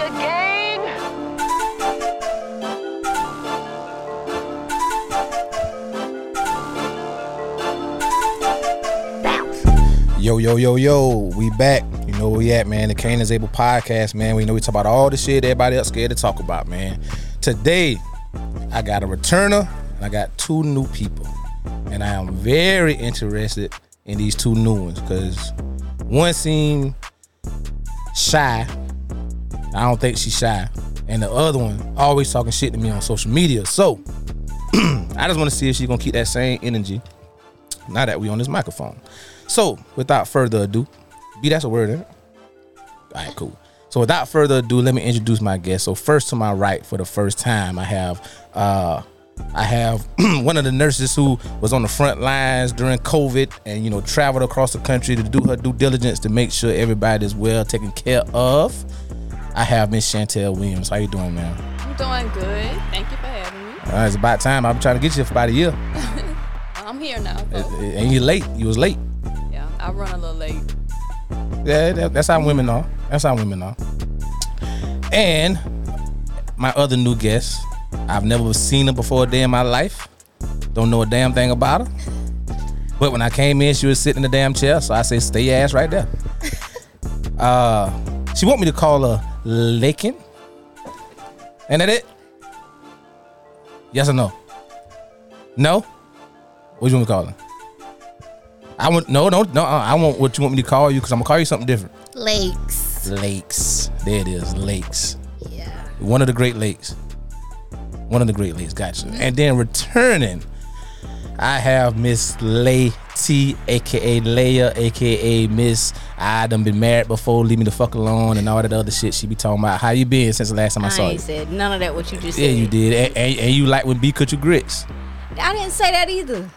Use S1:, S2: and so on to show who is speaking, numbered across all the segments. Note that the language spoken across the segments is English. S1: again?
S2: Yo, yo, yo, yo, we back. You know where we at, man. The Cain is Able podcast, man. We know we talk about all the shit everybody else scared to talk about, man. Today, I got a returner and I got two new people. And I am very interested in these two new ones because one seemed shy. I don't think she's shy. And the other one always talking shit to me on social media. So I just want to see if she's gonna keep that same energy now that we on this microphone. So without further ado, B, that's a word, is All right, cool. So without further ado, let me introduce my guest. So first to my right, for the first time, I have uh I have one of the nurses who was on the front lines during COVID and you know traveled across the country to do her due diligence to make sure everybody is well taken care of. I have Miss Chantel Williams. How you doing, man?
S3: I'm doing good. Thank you for having me.
S2: Uh, it's about time. I've been trying to get you for about a year,
S3: I'm here now.
S2: Uh,
S3: So,
S2: and you late. You was late.
S3: yeah, I run a little late.
S2: Yeah, that, that's how women are. That's how women are. And my other new guest, I've never seen her before a day in my life. Don't know a damn thing about her. But when I came in, she was sitting in the damn chair, so I said, "Stay your ass right there." uh, she want me to call her Lakin. And that it? Yes or no? No. What you want me to call her? I want no, no, no. uh, I want what you want me to call you because I'm gonna call you something different.
S4: Lakes.
S2: Lakes. There it is. Lakes.
S4: Yeah.
S2: One of the Great Lakes. One of the Great Lakes. Gotcha.
S4: Mm-hmm.
S2: And then returning, I have Miss Lay T, aka Leia, aka Miss I done been married before, leave me the fuck alone, and all that other shit she be talking about. How you been since the last time I,
S4: I,
S2: saw you?
S4: ain't said none of that what you just
S2: Yeah,
S4: said.
S2: you did. And, and, and you like when B cut your grits.
S4: I didn't say that either.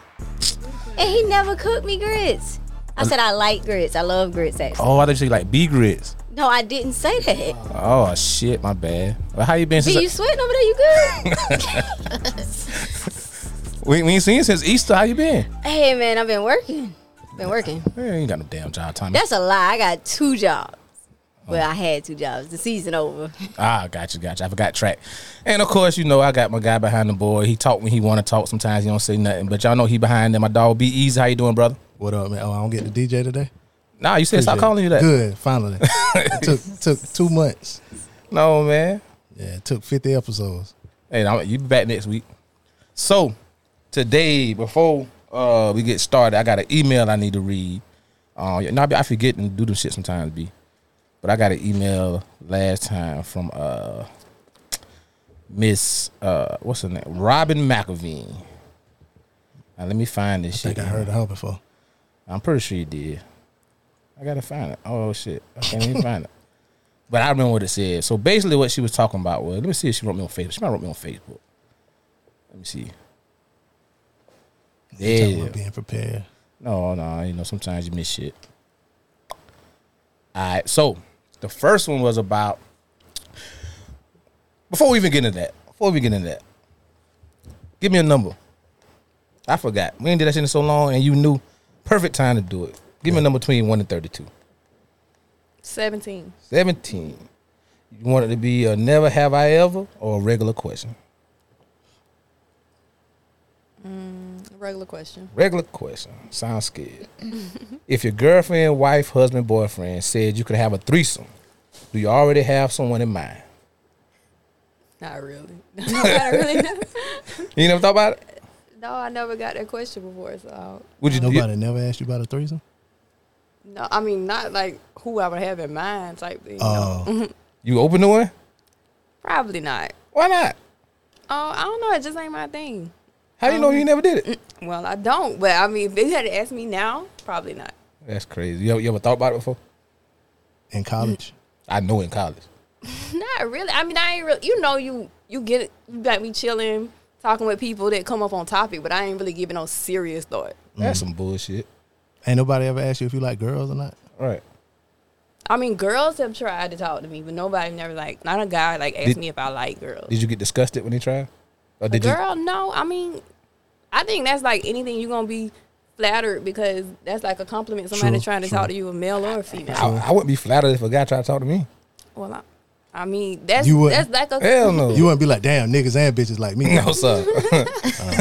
S4: And he never cooked me grits. I said I like grits. I love grits actually.
S2: Oh, I thought you like B grits.
S4: No, I didn't say that.
S2: Oh shit, my bad. Well, how you been since
S4: See you sweating over there, you good?
S2: we, we ain't seen you since Easter? How you been?
S4: hey man, I've been working. Been working.
S2: Man, you ain't got no damn job, Tommy.
S4: That's a lie. I got two jobs. Well, I had two jobs. The season over.
S2: Ah, gotcha, gotcha. I forgot track. And of course, you know, I got my guy behind the board. He talk when he want to talk. Sometimes he don't say nothing, but y'all know he behind there. My dog, be easy. How you doing, brother?
S5: What up, man? Oh, I don't get the DJ today.
S2: Nah, you said stop
S5: Appreciate
S2: calling
S5: it.
S2: you that.
S5: Good, finally. it took took two months.
S2: No, man.
S5: Yeah, it took fifty episodes.
S2: Hey, I'm, you be back next week. So today, before uh, we get started, I got an email I need to read. Uh, yeah, nah, I forget and do them shit sometimes, b. But I got an email last time from uh, Miss uh, what's her name, Robin McAveen. Now let me find this
S5: I
S2: shit.
S5: think I heard of her before.
S2: I'm pretty sure you did. I gotta find it. Oh shit, I can't even find it. But I remember what it said. So basically, what she was talking about was let me see if she wrote me on Facebook. She might have wrote me on Facebook. Let me see.
S5: Talking
S2: Yeah.
S5: about being prepared.
S2: No, no, you know, sometimes you miss shit. All right, so the first one was about. Before we even get into that, before we get into that, give me a number. I forgot. We ain't did that shit in so long, and you knew perfect time to do it. Give me a number between 1 and 32.
S3: 17.
S2: 17. You want it to be a never have I ever or a regular question?
S3: Regular question.
S2: Regular question. Sounds scared. if your girlfriend, wife, husband, boyfriend said you could have a threesome, do you already have someone in mind?
S3: Not really. no, I really know.
S2: You never thought about it?
S3: no, I never got that question before. So, I don't-
S2: Would you
S5: Nobody never asked you about a threesome.
S3: no, I mean, not like who I would have in mind type thing. no.
S5: Oh,
S2: Mm-hmm. You open to one?
S3: Probably not.
S2: Why not?
S3: Oh, I don't know. It just ain't my thing.
S2: How do you know you never did it?
S3: Well, I don't. But I mean, if they had to ask me now, probably not.
S2: That's crazy. You ever, you ever thought about it before?
S5: in college.
S2: I know in college.
S3: Not really. I mean, I ain't really. You know, you you get it. You got me chilling, talking with people that come up on topic, but I ain't really giving no serious thought.
S2: That's
S5: Mm.
S2: some bullshit.
S5: Ain't nobody ever asked you if you like girls or not.
S2: All right.
S3: I mean, girls have tried to talk to me, but nobody never like not a guy like asked
S2: Did-
S3: me if I like girls.
S2: Did you get disgusted when they tried? Or
S3: A
S2: did you?
S3: Girl, no. I mean, I think that's like anything you're gonna be flattered because that's like a compliment. Somebody
S5: True,
S3: trying to
S5: true.
S3: talk to you, a male or a female.
S2: I, I wouldn't be flattered if a guy tried to talk to me.
S3: Well, I, I mean, that's
S5: You would-
S3: that's like a
S2: Hell no.
S5: You wouldn't be like, damn, niggas and bitches like me.
S2: Oh. no sir.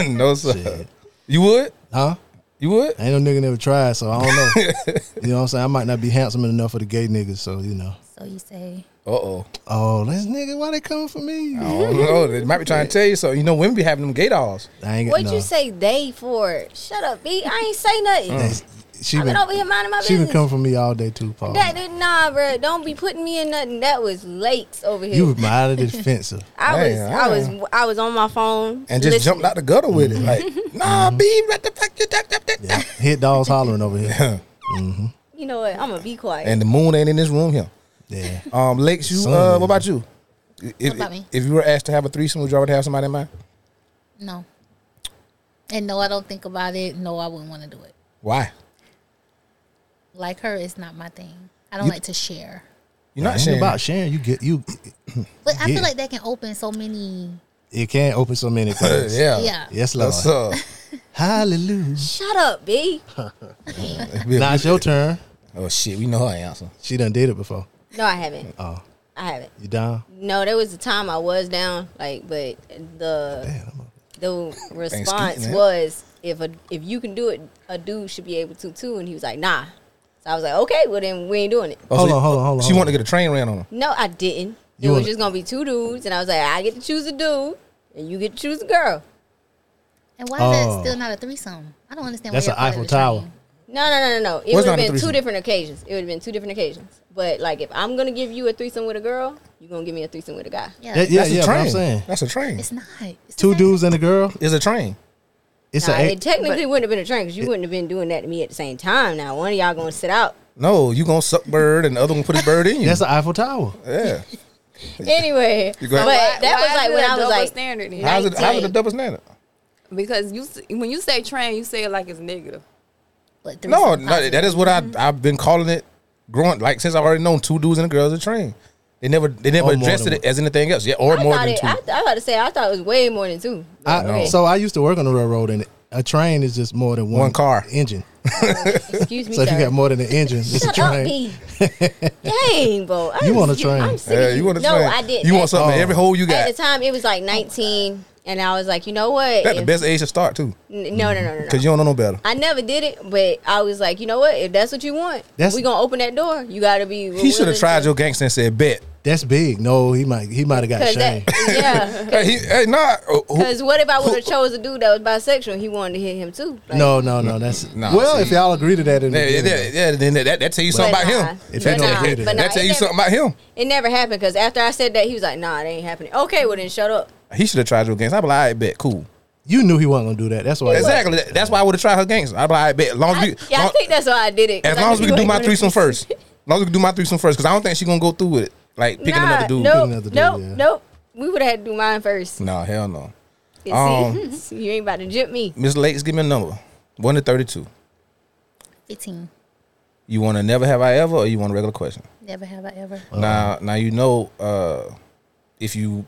S2: no sir.
S5: shit.
S2: You would?
S5: Huh?
S2: You would?
S5: Ain't no nigga never tried, so I don't know. you know what I'm saying? I might not be handsome enough for the gay niggas, so you know.
S4: So you say
S2: Uh oh.
S5: Oh, this nigga, why they coming for me?
S2: I don't know. Oh, They might be trying to tell you something. You know, women be having them gay dolls.
S5: I ain't got
S4: what
S5: no. Mm.
S4: you say they for? Shut up, B. I ain't say nothing.
S5: She
S4: I've
S5: been,
S4: been over here minding my
S5: she been
S4: business.
S5: coming for me all day too, Paul.
S4: That did nah, bro. Don't be putting me in nothing. That was lakes over here.
S5: you was mildly defensive.
S4: I was,
S2: Damn,
S4: I was,
S2: all
S4: I was on my phone
S2: And just
S4: listening.
S2: jumped out the gutter with it. Like, nah, B, what the fuck you da- da- da- da.
S5: Hit dogs hollering over here.
S4: You know what? I'm gonna be quiet.
S2: And the moon ain't in this room here.
S5: Yeah.
S2: Um, Lakes, you
S5: Son.
S2: uh, what about you? If,
S1: about me?
S2: if you were asked to have a threesome, would you already have somebody in mind?
S1: No. And no, I don't think about it. No, I wouldn't want to do it.
S2: Why?
S1: Like her, it's not my thing. I don't
S2: You-
S1: like to share.
S2: You're
S5: Not
S2: not sharing.
S5: about sharing. You get you.
S1: But I
S5: Yeah.
S1: feel like that can open so many.
S5: It can open so many things.
S2: yeah.
S1: Yeah.
S5: Yes, Lord.
S2: That's uh,
S5: Hallelujah.
S4: Shut up, B.
S5: Now it's your turn.
S2: oh shit, we know her answer.
S5: She done did it before.
S4: No, I haven't.
S5: Oh,
S4: I haven't.
S5: you down?
S4: No, there was a time I was down, like, but the
S5: Damn. I'm a-
S4: the response
S2: man.
S4: was if a if you can do it, a dude should be able to too. And he was like, nah. So I was like, okay, well then we ain't doing it.
S2: Oh,
S5: Hold
S2: so
S5: on,
S2: you-
S5: hold on, hold on,
S2: She
S5: hold
S2: wanted to
S5: on.
S2: get a train ran on her.
S4: No, I didn't. it
S5: You
S4: was
S5: wanna-
S4: just gonna be two dudes, and I was like, I get to choose a dude, and you get to choose a girl.
S1: And why is
S5: Oh.
S1: that still not a threesome? I don't understand. why
S5: That's
S1: you're
S5: an
S1: part of
S5: Eiffel
S1: the
S5: Tower.
S1: train.
S4: No, no, no, no, no. It would
S2: What's not
S4: have
S2: a
S4: been
S2: threesome?
S4: two different occasions. It would have been two different occasions. But like, if I'm gonna give you a threesome with a girl, you gonna give me a threesome with a guy.
S1: Yeah.
S5: That- yeah,
S2: That's a
S5: yeah. but
S2: train.
S5: I'm saying
S2: That's a train.
S1: It's not. It's
S5: two
S1: the same.
S5: dudes and a girl.
S2: It's a train.
S5: It's
S4: Nah,
S5: a
S4: it technically wouldn't have been a train because you wouldn't have been doing that to me at the same time. Now one of y'all gonna sit out.
S2: No, you gonna suck bird and the other one put his bird in you.
S5: that's an Eiffel Tower.
S2: yeah.
S4: Anyway,
S2: You
S4: but
S2: go ahead.
S3: Why-
S4: that
S3: why
S4: was like
S3: is it
S4: when
S3: a
S4: I was
S3: double
S4: like,
S3: standard then?
S2: How's it? How's it a
S4: 19.
S2: double standard?
S3: because you s- when you say train, you say it like it's negative.
S1: But
S2: No,
S1: threesome
S2: no, that is what I I've been calling it growing like since I've already known two dudes and a girl's a train. They never they never
S5: Or Oh, more
S2: addressed
S5: than
S2: it as anything else. Yeah, or
S4: I
S2: more
S4: thought
S2: than
S4: it.
S2: two.
S4: I, I about to say I thought it was way more than two.
S5: I,
S2: No.
S5: So I used to work on the railroad, and a train is just more than one,
S2: One car.
S5: engine.
S4: Excuse me,
S5: So if
S4: sir.
S5: you got more than an engine, it's a
S4: Shut up,
S5: train.
S4: B. Dang, bro. I
S5: You
S4: was-
S5: want a train.
S4: I'm sick of
S2: yeah, you want a
S4: no,
S2: train.
S4: I didn't.
S2: You
S4: At-
S2: want something in
S5: Oh.
S2: every hole you
S4: At
S2: got.
S4: the time, it was like 19, and I was like, you know what?
S2: That's the
S4: If-
S2: best age to start too,
S4: N- No, no, no, no. no.
S2: because you don't know no better.
S4: I never did it, but I was like, you know what? If that's what you want,
S5: That's-
S4: we gonna open that door. You gotta be.
S2: He should have tried your gangster and said bet.
S5: That's big. No, he might he might have got
S4: Cause
S5: shame.
S4: that, yeah.
S2: Hey, he, hey, nah. uh, who-
S4: Because what if I would have chose a dude that was bisexual? and He wanted to hit him too. Like,
S5: no, no, no. That's
S2: Nah,
S5: well.
S2: see.
S5: if y'all agree to that, in the
S2: Yeah, yeah, yeah,
S5: beginning,
S2: yeah, then that, that tell you something
S4: But
S2: about
S4: nah.
S2: him.
S5: If
S4: But
S5: you don't
S4: nah,
S5: hate it,
S4: but
S5: nah,
S2: that tell
S4: it
S2: you
S4: never-
S2: something about him.
S4: It never happened because after I said that, he was like, "Nah, it ain't happening." Okay, well then, shut up.
S2: He should have tried your gangster. I'd be like, all right, bet, cool.
S5: you knew he wasn't gonna do that. That's why.
S2: Exactly. That- That's why I would have tried her gangster. I'd be like, all right, bet. As long as
S4: I,
S2: you,
S4: yeah, I
S2: long-
S4: think that's why I did it. 'cause
S2: as
S4: I
S2: long as
S4: knew
S2: we can
S4: he
S2: do my
S4: wasn't
S2: threesome
S4: gonna-
S2: first. As long as we can do my threesome first, because I don't think she's gonna go through with it. Like picking
S4: nah,
S2: another dude.
S4: Nope,
S5: Picking another dude,
S4: nope,
S5: yeah.
S4: nope. We would have had to do mine first.
S2: No, hell no.
S4: You
S2: Um,
S4: see, you ain't about to jip me.
S2: Miss Lakes, give me a number. One to thirty-two.
S1: Fifteen.
S2: You want to never have I ever, or you want a regular question?
S1: Never have I ever.
S2: Now, now you know uh, if you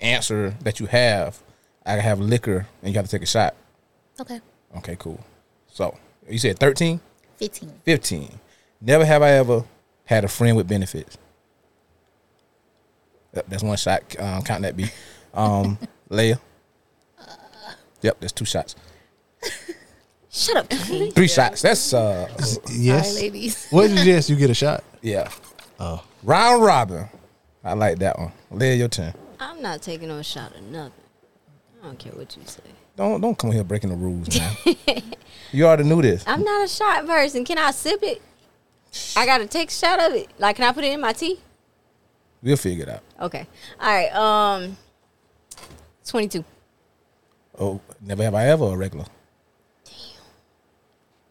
S2: answer that you have, I have liquor, and you have to take a shot.
S1: Okay.
S2: Okay, cool. So you said 13,
S1: Fifteen.
S2: 15. Never have I ever had a friend with benefits. Yep, that's one shot. Um, count that be. Um, Leia. Yep, that's two shots.
S4: Shut up. Kiki.
S2: Three shots. That's uh,
S1: All right,
S5: Yes.
S1: ladies.
S5: What is yes? You get a shot.
S2: yeah. Round robin. I like that one. Leia, your turn.
S4: I'm not taking no shot or nothing. I don't care what you say.
S2: Don't don't come here breaking the rules, man. you already knew this.
S4: I'm not a shot person. Can I sip it? I gotta take a shot of it. Like, can I put it in my tea?
S2: We'll figure it out.
S4: Okay. All right. Um, twenty-two.
S2: Oh, never have I ever a regular.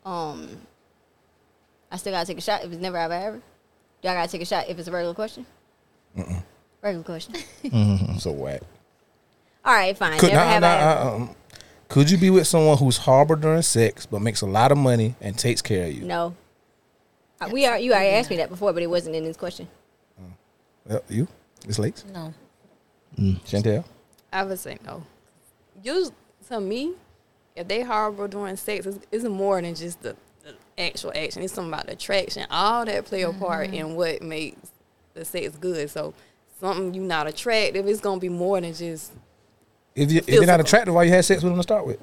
S4: Um, I still gotta take a shot if it's never have I ever. Do I gotta take a shot if it's a regular question? Regular question.
S2: So whack.
S4: All right, fine.
S2: Could,
S4: never
S2: nah,
S4: have
S2: nah,
S4: I ever.
S2: uh, um, could you be with someone who's harbored during sex but makes a lot of money and takes care of you?
S4: no. Uh, We are. You already asked me that before, but it wasn't in this question.
S2: Well, you? It's Lakes?
S1: No.
S2: Chantel?
S3: I would say no. You to me, if they harbor during sex, it's, it's more than just the, the actual action. It's something about the attraction. All that play a part in what makes the sex good. So something you not attractive, it's gonna be more than just.
S2: If, you, if you're not
S3: Physical.
S2: attractive, why you had sex with him to start with?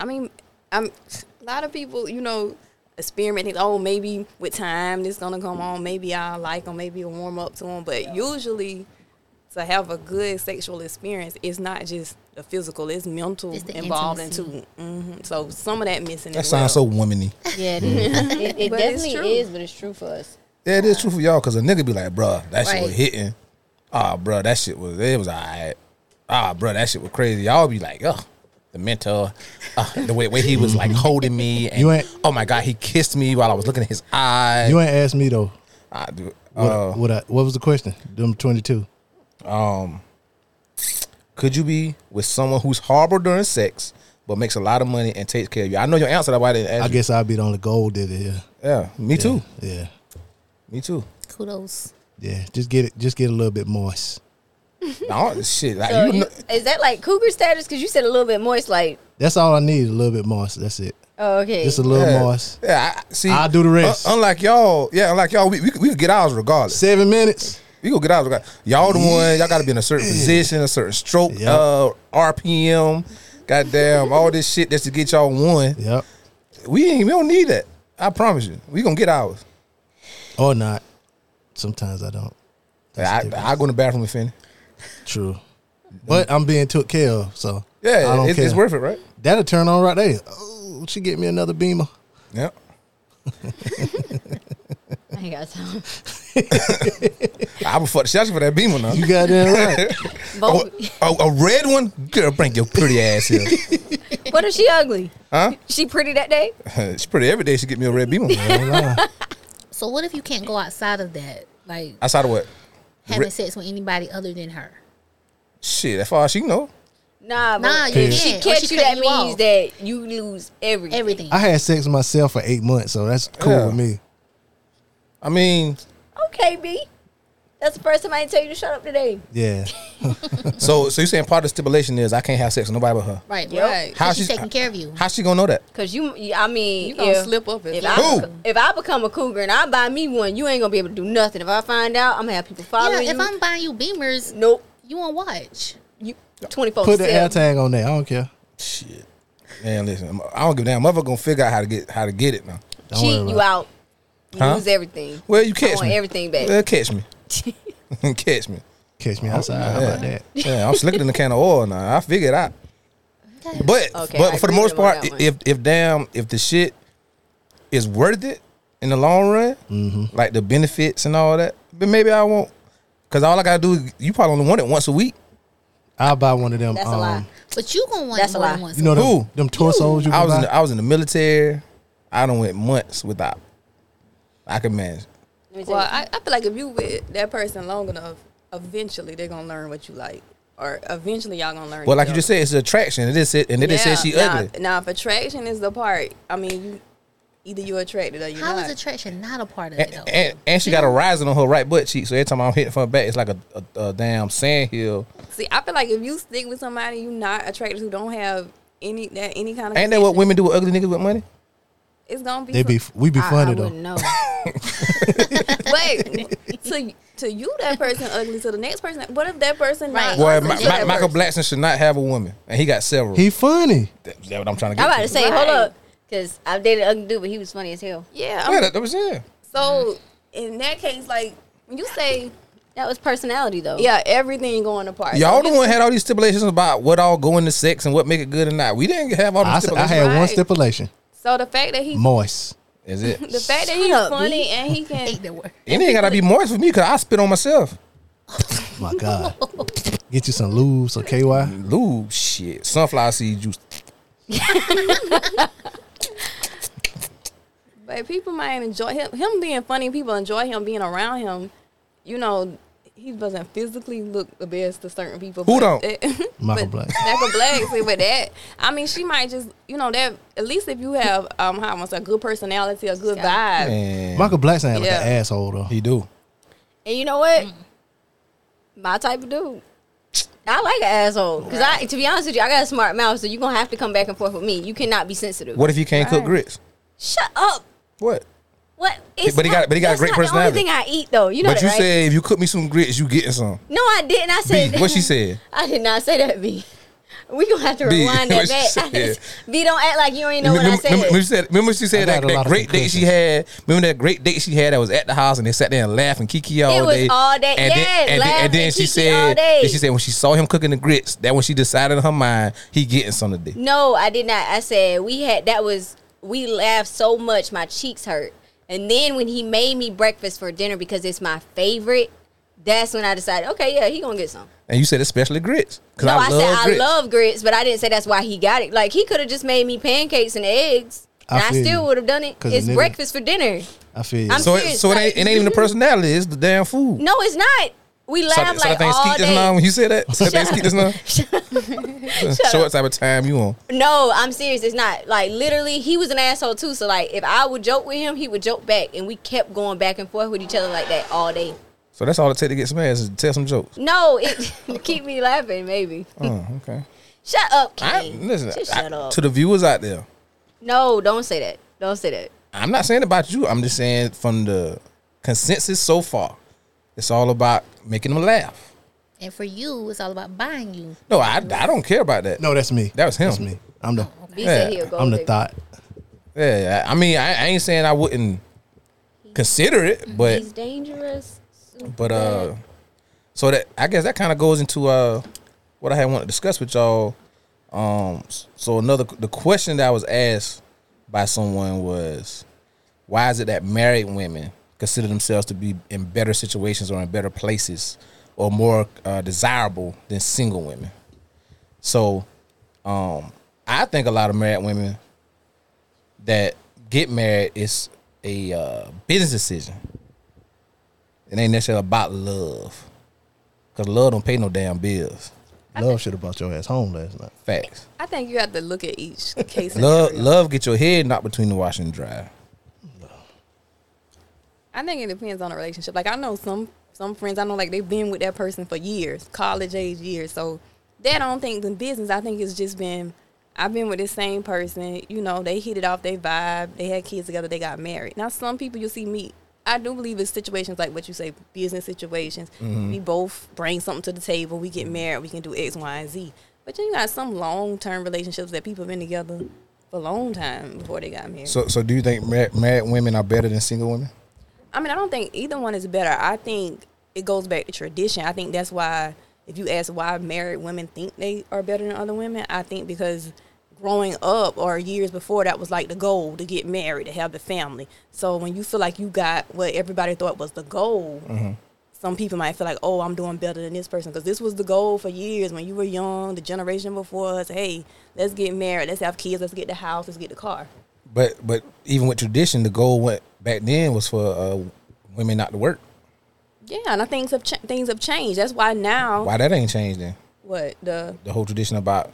S3: I mean, I'm a lot of people, you know, experimenting. Oh, maybe with time this gonna come on. Maybe I like them. Maybe I warm up to them. But usually, to have a good sexual experience, it's not just the physical. It's mental
S1: It's the
S3: involved
S1: intimacy.
S3: into. hmm So some of that missing.
S2: That
S3: as
S2: sounds
S3: well.
S2: so womany.
S4: Yeah, it, is.
S2: Mm-hmm.
S4: it, it
S3: But it's
S4: definitely
S3: true.
S4: is, but it's true for us.
S2: Yeah, it is true for y'all because a nigga be like, bruh, that shit was
S1: Right.
S2: hitting. Ah, bruh, that shit was, it was all right. Ah, bruh, that shit was crazy. Y'all be like, ugh, the mentor, ah, the way, way he was like holding me. And,
S5: You ain't-
S2: oh my God, he kissed me while I was looking at his eyes.
S5: You ain't asked me though.
S2: I do.
S5: What,
S2: Uh,
S5: what, I, what was the question? Number 22.
S2: could you be with someone who's horrible during sex but makes a lot of money and takes care of you? I know your answer. That's why I didn't ask
S5: I
S2: you.
S5: guess I'd be the only gold digger here.
S2: Yeah, me
S5: Yeah,
S2: too.
S5: Yeah.
S2: Me too.
S1: Kudos.
S5: Yeah. Just get it. Just get a little bit moist.
S2: No, shit. Like,
S4: So
S2: you
S4: you-
S2: know,
S4: Uh, is that like cougar status? Because you said a little bit moist, like
S5: That's all I need. A little bit moist. That's it.
S4: oh, okay.
S5: Just a little
S2: yeah,
S5: moist.
S2: Yeah, I, see,
S5: I'll do the rest.
S2: un- unlike y'all, yeah, unlike y'all, we we, could- we could get ours regardless.
S5: Seven minutes.
S2: We go get out. Y'all the one. Y'all got to be in a certain position, a certain stroke,
S5: Yep.
S2: uh, RPM, goddamn, all this shit just to get y'all one.
S5: Yep.
S2: We ain't. We don't need that. I promise you. We gonna get ours.
S5: Or not. Sometimes I don't.
S2: I,
S5: different.
S2: I go in the bathroom with Finny.
S5: True. But I'm being took care of, so I
S2: Yeah,
S5: don't
S2: it's,
S5: care.
S2: it's worth it, right?
S5: That'll turn on right there. Oh, she get me another beamer.
S2: Yeah.
S4: I ain't got time.
S2: I would fuck the shit out you for that beamer now.
S5: You goddamn right.
S2: Oh,
S4: Both.
S2: oh, a red one, girl, bring your pretty ass here.
S4: what if she ugly?
S2: Huh?
S4: She pretty that day?
S2: It's pretty every day. She get me a red beamer.
S5: Don't lie.
S1: So what if you can't go outside of that? Like
S2: Outside of what?
S1: having
S2: Re-
S1: sex with anybody other than her.
S2: Shit, as far as she know.
S4: Nah, but
S1: Nah, you
S4: if she
S1: can't, or
S4: catch
S1: she
S4: you, that
S1: cut you
S4: means
S1: off.
S4: that you lose everything.
S1: Everything.
S5: I had sex with myself for eight months, so that's cool
S2: Yeah.
S5: with me.
S2: I mean,
S4: Okay, B. That's the first time I didn't tell you to shut up today.
S5: Yeah.
S2: so so you saying part of the stipulation is I can't have sex with nobody but her.
S1: right,
S4: Yep.
S1: right.
S2: How
S1: How she's
S2: she's-
S1: taking care of you.
S2: How she gonna know that?
S4: Cause you, you- I mean,
S3: You gonna
S4: if-
S3: slip up if
S4: if
S3: you-
S4: I,
S2: Who?
S4: beco- if I become a cougar and I buy me one, you ain't gonna be able to do nothing. If I find out, I'm gonna have people
S1: Yeah,
S4: following
S1: if
S4: you.
S1: I'm buying you beamers,
S4: nope,
S1: you won't watch.
S4: you twenty
S2: Oh,
S4: four.
S5: Put the air tag on there. I don't care.
S2: Shit. Man, listen, I don't give a damn. Motherfucker gonna figure out how to get how to get it now.
S5: Don't worry
S4: Cheat
S5: about
S4: you
S5: it.
S4: out. You
S2: Huh?
S4: lose everything.
S2: Well, you
S4: I
S2: catch
S4: want
S2: me.
S4: everything back.
S2: Well, catch me. catch me.
S5: Catch me outside. How about that?
S2: Yeah, I'm slicker than a can of oil now. I figure it out.
S1: Okay.
S2: But
S4: Okay,
S2: but
S4: I
S2: for the
S4: agree
S2: most
S4: with him on
S2: part,
S4: that one.
S2: if if damn if the shit is worth it in the long run,
S5: Mm-hmm.
S2: like the benefits and all that, then maybe I won't. Cause all I gotta do is you probably only want it once a week.
S5: I'll buy one of them.
S4: That's
S5: um,
S4: a lie.
S1: But you gonna want
S4: That's
S1: That's
S4: a
S1: more
S4: lie.
S1: than once.
S5: You know them,
S2: Who?
S5: them torsos you
S2: I
S5: can
S2: was in
S5: buy?
S2: the, I was in the military. I don't went months without. I can manage.
S4: Let me tell
S3: Well,
S4: you.
S3: I, I feel like if you with that person long enough, eventually they're gonna learn what you like, or eventually y'all gonna learn.
S2: Well, like you
S3: together.
S2: just said, it's attraction. It is it, and it just said she
S3: nah,
S2: ugly.
S3: Nah, if attraction is the part, I mean, you, either you attracted or you're
S1: How
S3: not.
S1: is attraction not a part of it
S2: And,
S1: though?
S2: and, and she got a rising on her right butt cheek, so every time I'm hitting from her back, it's like a, a, a damn sand hill.
S3: See, I feel like if you stick with somebody you not attracted who don't have any that any kind of
S2: Ain't that what women do with ugly niggas with money?
S3: it's gonna be.
S5: They be we be
S4: I-
S5: funny
S4: I
S5: though.
S4: wouldn't know.
S3: but to to you that person ugly to the next person. What if that person not
S1: Right.
S2: Boy,
S3: ugly
S2: Ma-
S3: to
S2: Ma-
S3: that
S2: Michael
S3: person?
S2: Blackson should not have a woman, and he got several.
S5: He funny.
S2: That- that's what I'm trying to get.
S4: I'm about to
S2: to.
S4: say,
S3: Right.
S4: hold up, because I've dated ugly dude, but he was funny as hell.
S3: Yeah.
S2: Yeah,
S3: I'm-
S2: that, that was it.
S3: so in that case, like when you say
S4: That was personality though.
S3: yeah, everything going apart.
S2: Y'all
S3: Don't
S2: the
S3: get-
S2: one had all these stipulations about what all go into sex and what make it good and not. We didn't have all the
S5: I, s- I
S2: stipulations.
S5: had one
S3: Right.
S5: stipulation:
S3: So the fact that he
S5: moist.
S2: Is it?
S3: the fact that
S4: Shut
S3: he's
S4: up, B.
S3: funny and he
S1: I
S3: can
S1: hate that word.
S2: It ain't gotta be moist for me because I spit on myself.
S5: My God, get you some lube, some KY.
S2: Lube, shit, sunflower seed juice.
S3: But people might enjoy him. Him being funny, people enjoy him being around him. You know, he doesn't physically look the best to certain people.
S2: Who
S3: but
S2: don't?
S3: that-
S5: Michael
S3: but-
S5: Black.
S3: Michael Black. See, with that, I mean, she might just, you know, that at least if you have, um, how I want to say, a good personality, a good vibe.
S2: And
S5: Michael Black sound like
S3: Yeah.
S5: an asshole though.
S2: he do.
S4: And you know what? My type of dude. I like an asshole. Because I to be honest with you, I got a smart mouth, so you're gonna have to come back and forth with me. You cannot be sensitive.
S2: What if you can't cook grits?
S4: Shut up.
S2: What?
S4: What? It's
S2: But he
S4: not-
S2: got- but he got a
S4: that's
S2: great
S4: not
S2: personality.
S4: The only thing I eat though, you know
S2: but
S4: that,
S2: you
S4: right?
S2: said if you cook me some grits, you getting some.
S4: no, I didn't. I
S2: B,
S4: said
S2: what she said?
S4: I did not say that, B. We gonna have to
S2: B,
S4: rewind
S2: what
S4: that
S2: she
S4: back. I
S2: said.
S4: didn't- B, don't act like you ain't know what I
S2: remember,
S4: said.
S2: remember she said, remember she
S5: I
S2: said
S5: got
S2: that,
S5: a
S2: that
S5: lot of
S2: great date she had. Remember that great date she had that was at the house and they sat there and laughed and kiki all
S4: It was
S2: day.
S4: all day.
S2: And
S4: Yes,
S2: then, and, then,
S4: laugh
S2: and then
S4: and
S2: she
S4: kiki all
S2: said,
S4: day.
S2: and she said when she saw him cooking the grits, that when she decided in her mind he getting some today.
S4: No, I did not. I said we had that was we laughed so much my cheeks hurt. And then when he made me breakfast for dinner because it's my favorite, that's when I decided, okay, yeah, he gonna get some.
S2: And you said especially grits because
S4: No,
S2: I,
S4: I,
S2: love
S4: said
S2: grits.
S4: I love grits, but I didn't say that's why he got it. Like he could have just made me pancakes and eggs,
S5: I
S4: and I,
S5: feel
S4: still
S5: you.
S4: would have done it.
S5: 'Cause a
S4: It's
S5: nigga-
S4: breakfast for dinner.
S5: I feel you.
S4: I'm
S2: so it,
S4: serious,
S2: so it
S4: like-
S2: ain't, it ain't even the personality; it's the damn food.
S4: No, it's not. We
S2: So I-
S4: laugh
S2: so I
S4: like
S2: think
S4: all
S2: skeet this now
S4: day.
S2: when you said that. So I
S4: Shut
S2: think skeet this now. So what type of time you on?
S4: No, I'm serious. It's not like literally. He was an asshole too. So like, if I would joke with him, he would joke back, and we kept going back and forth with each other like that all day.
S2: So that's all it takes to get smashed is to tell some jokes.
S4: No, it keep me laughing. Maybe
S2: Oh, okay.
S4: shut up,
S2: I,
S4: Kane.
S2: listen,
S4: Just
S2: I-
S4: shut up.
S2: to the viewers out there.
S4: no, don't say that. Don't say that.
S2: I'm not saying about you. I'm just saying from the consensus so far, it's all about making them laugh.
S1: And for you, it's all about buying you.
S2: No, I, I don't care about that.
S5: No, that's me.
S2: That was him.
S5: That's me. I'm the
S4: B
S2: Yeah,
S4: said he'll Oh, go.
S5: I'm the
S4: there.
S5: thought.
S2: Yeah, I I mean, I, I ain't saying I wouldn't consider it, but
S4: He's dangerous.
S2: but uh, so that I guess that kind of goes into uh what I had wanted to discuss with y'all. Um, s- so another the question that I was asked by someone was, why is it that married women consider themselves to be in better situations or in better places or more uh, desirable than single women? So, um, I think a lot of married women that get married is a uh, business decision. It ain't necessarily about love, cause love don't pay no damn bills.
S5: Love should have brought your ass home last night.
S2: Facts.
S3: I think you have to look at each case.
S2: Love,
S3: scenario.
S2: love, get your head knocked between the wash and dry.
S3: I think it depends on the relationship. Like I know some some friends I know like they've been with that person for years, college age years. So that I don't think in business. I think it's just been I've been with this same person. You know, they hit it off, they vibe, they had kids together, they got married. Now some people you see meet. I do believe it's situations like what you say, business situations. We both bring something to the table. We get married. We can do X, Y, and Z. But then you got some long term relationships that people been together for a long time before they got married.
S2: So, so do you think married, married women are better than single women?
S3: I mean, I don't think either one is better. I think it goes back to tradition. I think that's why, if you ask why married women think they are better than other women, I think because growing up or years before that was like the goal to get married, to have the family. So when you feel like you got what everybody thought was the goal, some people might feel like, oh, I'm doing better than this person because this was the goal for years when you were young, the generation before us. Hey, let's get married, let's have kids, let's get the house, let's get the car.
S2: But, but even with tradition, the goal went back then was for uh, women not to work.
S3: Yeah, and I think things have ch- things have changed. That's why now
S2: Why that ain't changed then?
S3: what the
S2: The whole tradition about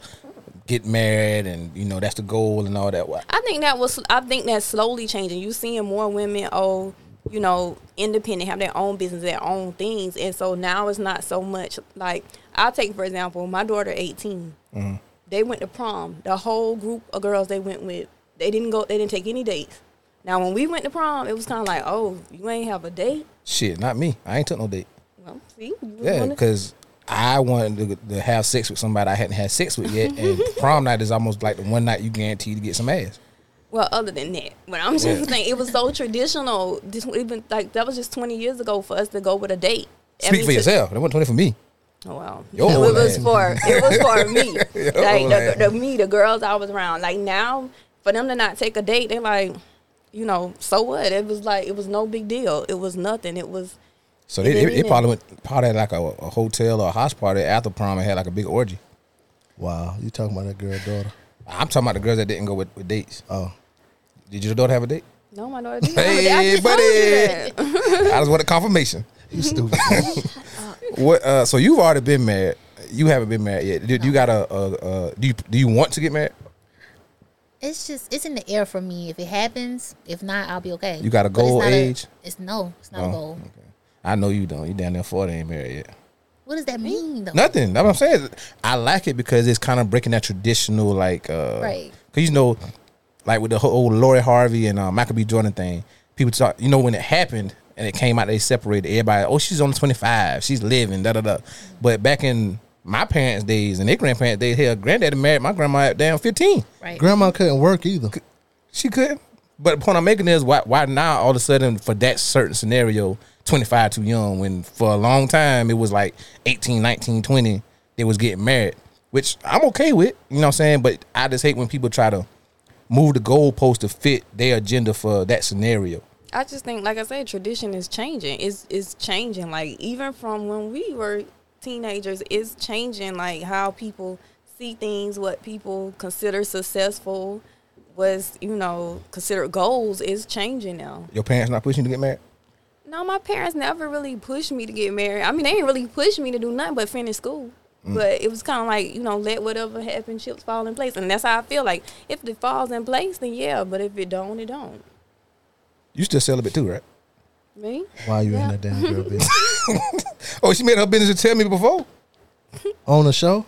S2: get married and you know that's the goal and all that. Why?
S3: I think that was I think that's slowly changing. You seeing more women oh, you know, independent, have their own business, their own things. And so now it's not so much like I'll take for example, my daughter 18
S2: Mm-hmm.
S3: They went to prom. The whole group of girls they went with, they didn't go they didn't take any dates. Now when we went to prom, it was kinda like, Oh, you ain't have a date?
S2: Shit, not me. I ain't took no date.
S3: Well, see, you was
S2: Yeah,
S3: wanna-
S2: because I wanted to, to have sex with somebody I hadn't had sex with yet, and prom night is almost like the one night you guarantee to get some ass.
S3: Well, other than that, but I'm just
S2: Yeah.
S3: saying it was so traditional. Just even like that was just 20 years ago for us to go with a date. I
S2: Speak
S3: mean,
S2: for
S3: to-
S2: yourself. That wasn't twenty for me.
S3: Oh wow.
S2: Your
S4: No,
S2: whole
S4: it was
S2: ass.
S4: for it was for me.
S2: Oh, man.
S3: like the, the, me, the girls I was around. Like now, for them to not take a date, they like, you know, so what? It was like it was no big deal. It was nothing. It was
S2: So they,
S3: They
S2: they, they
S3: did.
S2: probably went probably had like a, a hotel or a house party after prom and had like a big orgy.
S5: Wow, you talking about that girl daughter?
S2: I'm talking about the girls that didn't go with, with dates.
S5: Oh,
S2: Did your daughter have a date?
S3: no, my daughter. Didn't
S2: Hey, buddy. I just wanted confirmation.
S5: you stupid.
S2: What? Uh, so you've already been married. You haven't been married yet. Do you got a, a, a? Do you do you want to get married?
S1: It's just it's in the air for me. If it happens, if not, I'll be okay.
S2: You got a
S1: But it's
S2: goal
S1: not
S2: age?
S1: it's no, it's not
S2: Oh,
S1: a goal.
S2: okay. I know you don't. You down there forty ain't married yet.
S1: What does that mean though?
S2: Nothing. That's what I'm saying. I like it because it's kind of breaking that traditional, like, uh,
S1: Right.
S2: Because you know, like with the whole Lori Harvey and uh, Michael B. Jordan thing, people talk. You know, when it happened and it came out, they separated everybody. Oh, she's only twenty five. She's living. Da da da. But back in my parents' days and their grandparents' days, hell, granddaddy married my grandma at damn fifteen.
S1: Right.
S5: Grandma couldn't work either.
S2: She couldn't. But the point I'm making is why why now all of a sudden for that certain scenario, 25 too young when for a long time it was like 18, 19, 20 they was getting married, which I'm okay with, you know what I'm saying? But I just hate when people try to move the goalpost to fit their agenda for that scenario.
S3: I just think, like I said, tradition is changing. It's it's changing. Like even from when we were teenagers, it's changing. Like how people see things, what people consider successful, was you know considered goals is changing now.
S2: Your parents not pushing you to get married?
S3: No, my parents never really pushed me to get married. I mean, they didn't really push me to do nothing but finish school. But it was kind of like you know, let whatever happen, chips fall in place, and that's how I feel. Like if it falls in place, then yeah. But if it don't, it don't.
S2: You still celibate too, right?
S3: Me?
S5: Why you in that damn girl bitch?
S2: Oh, she made her business to tell me before.
S5: On the show?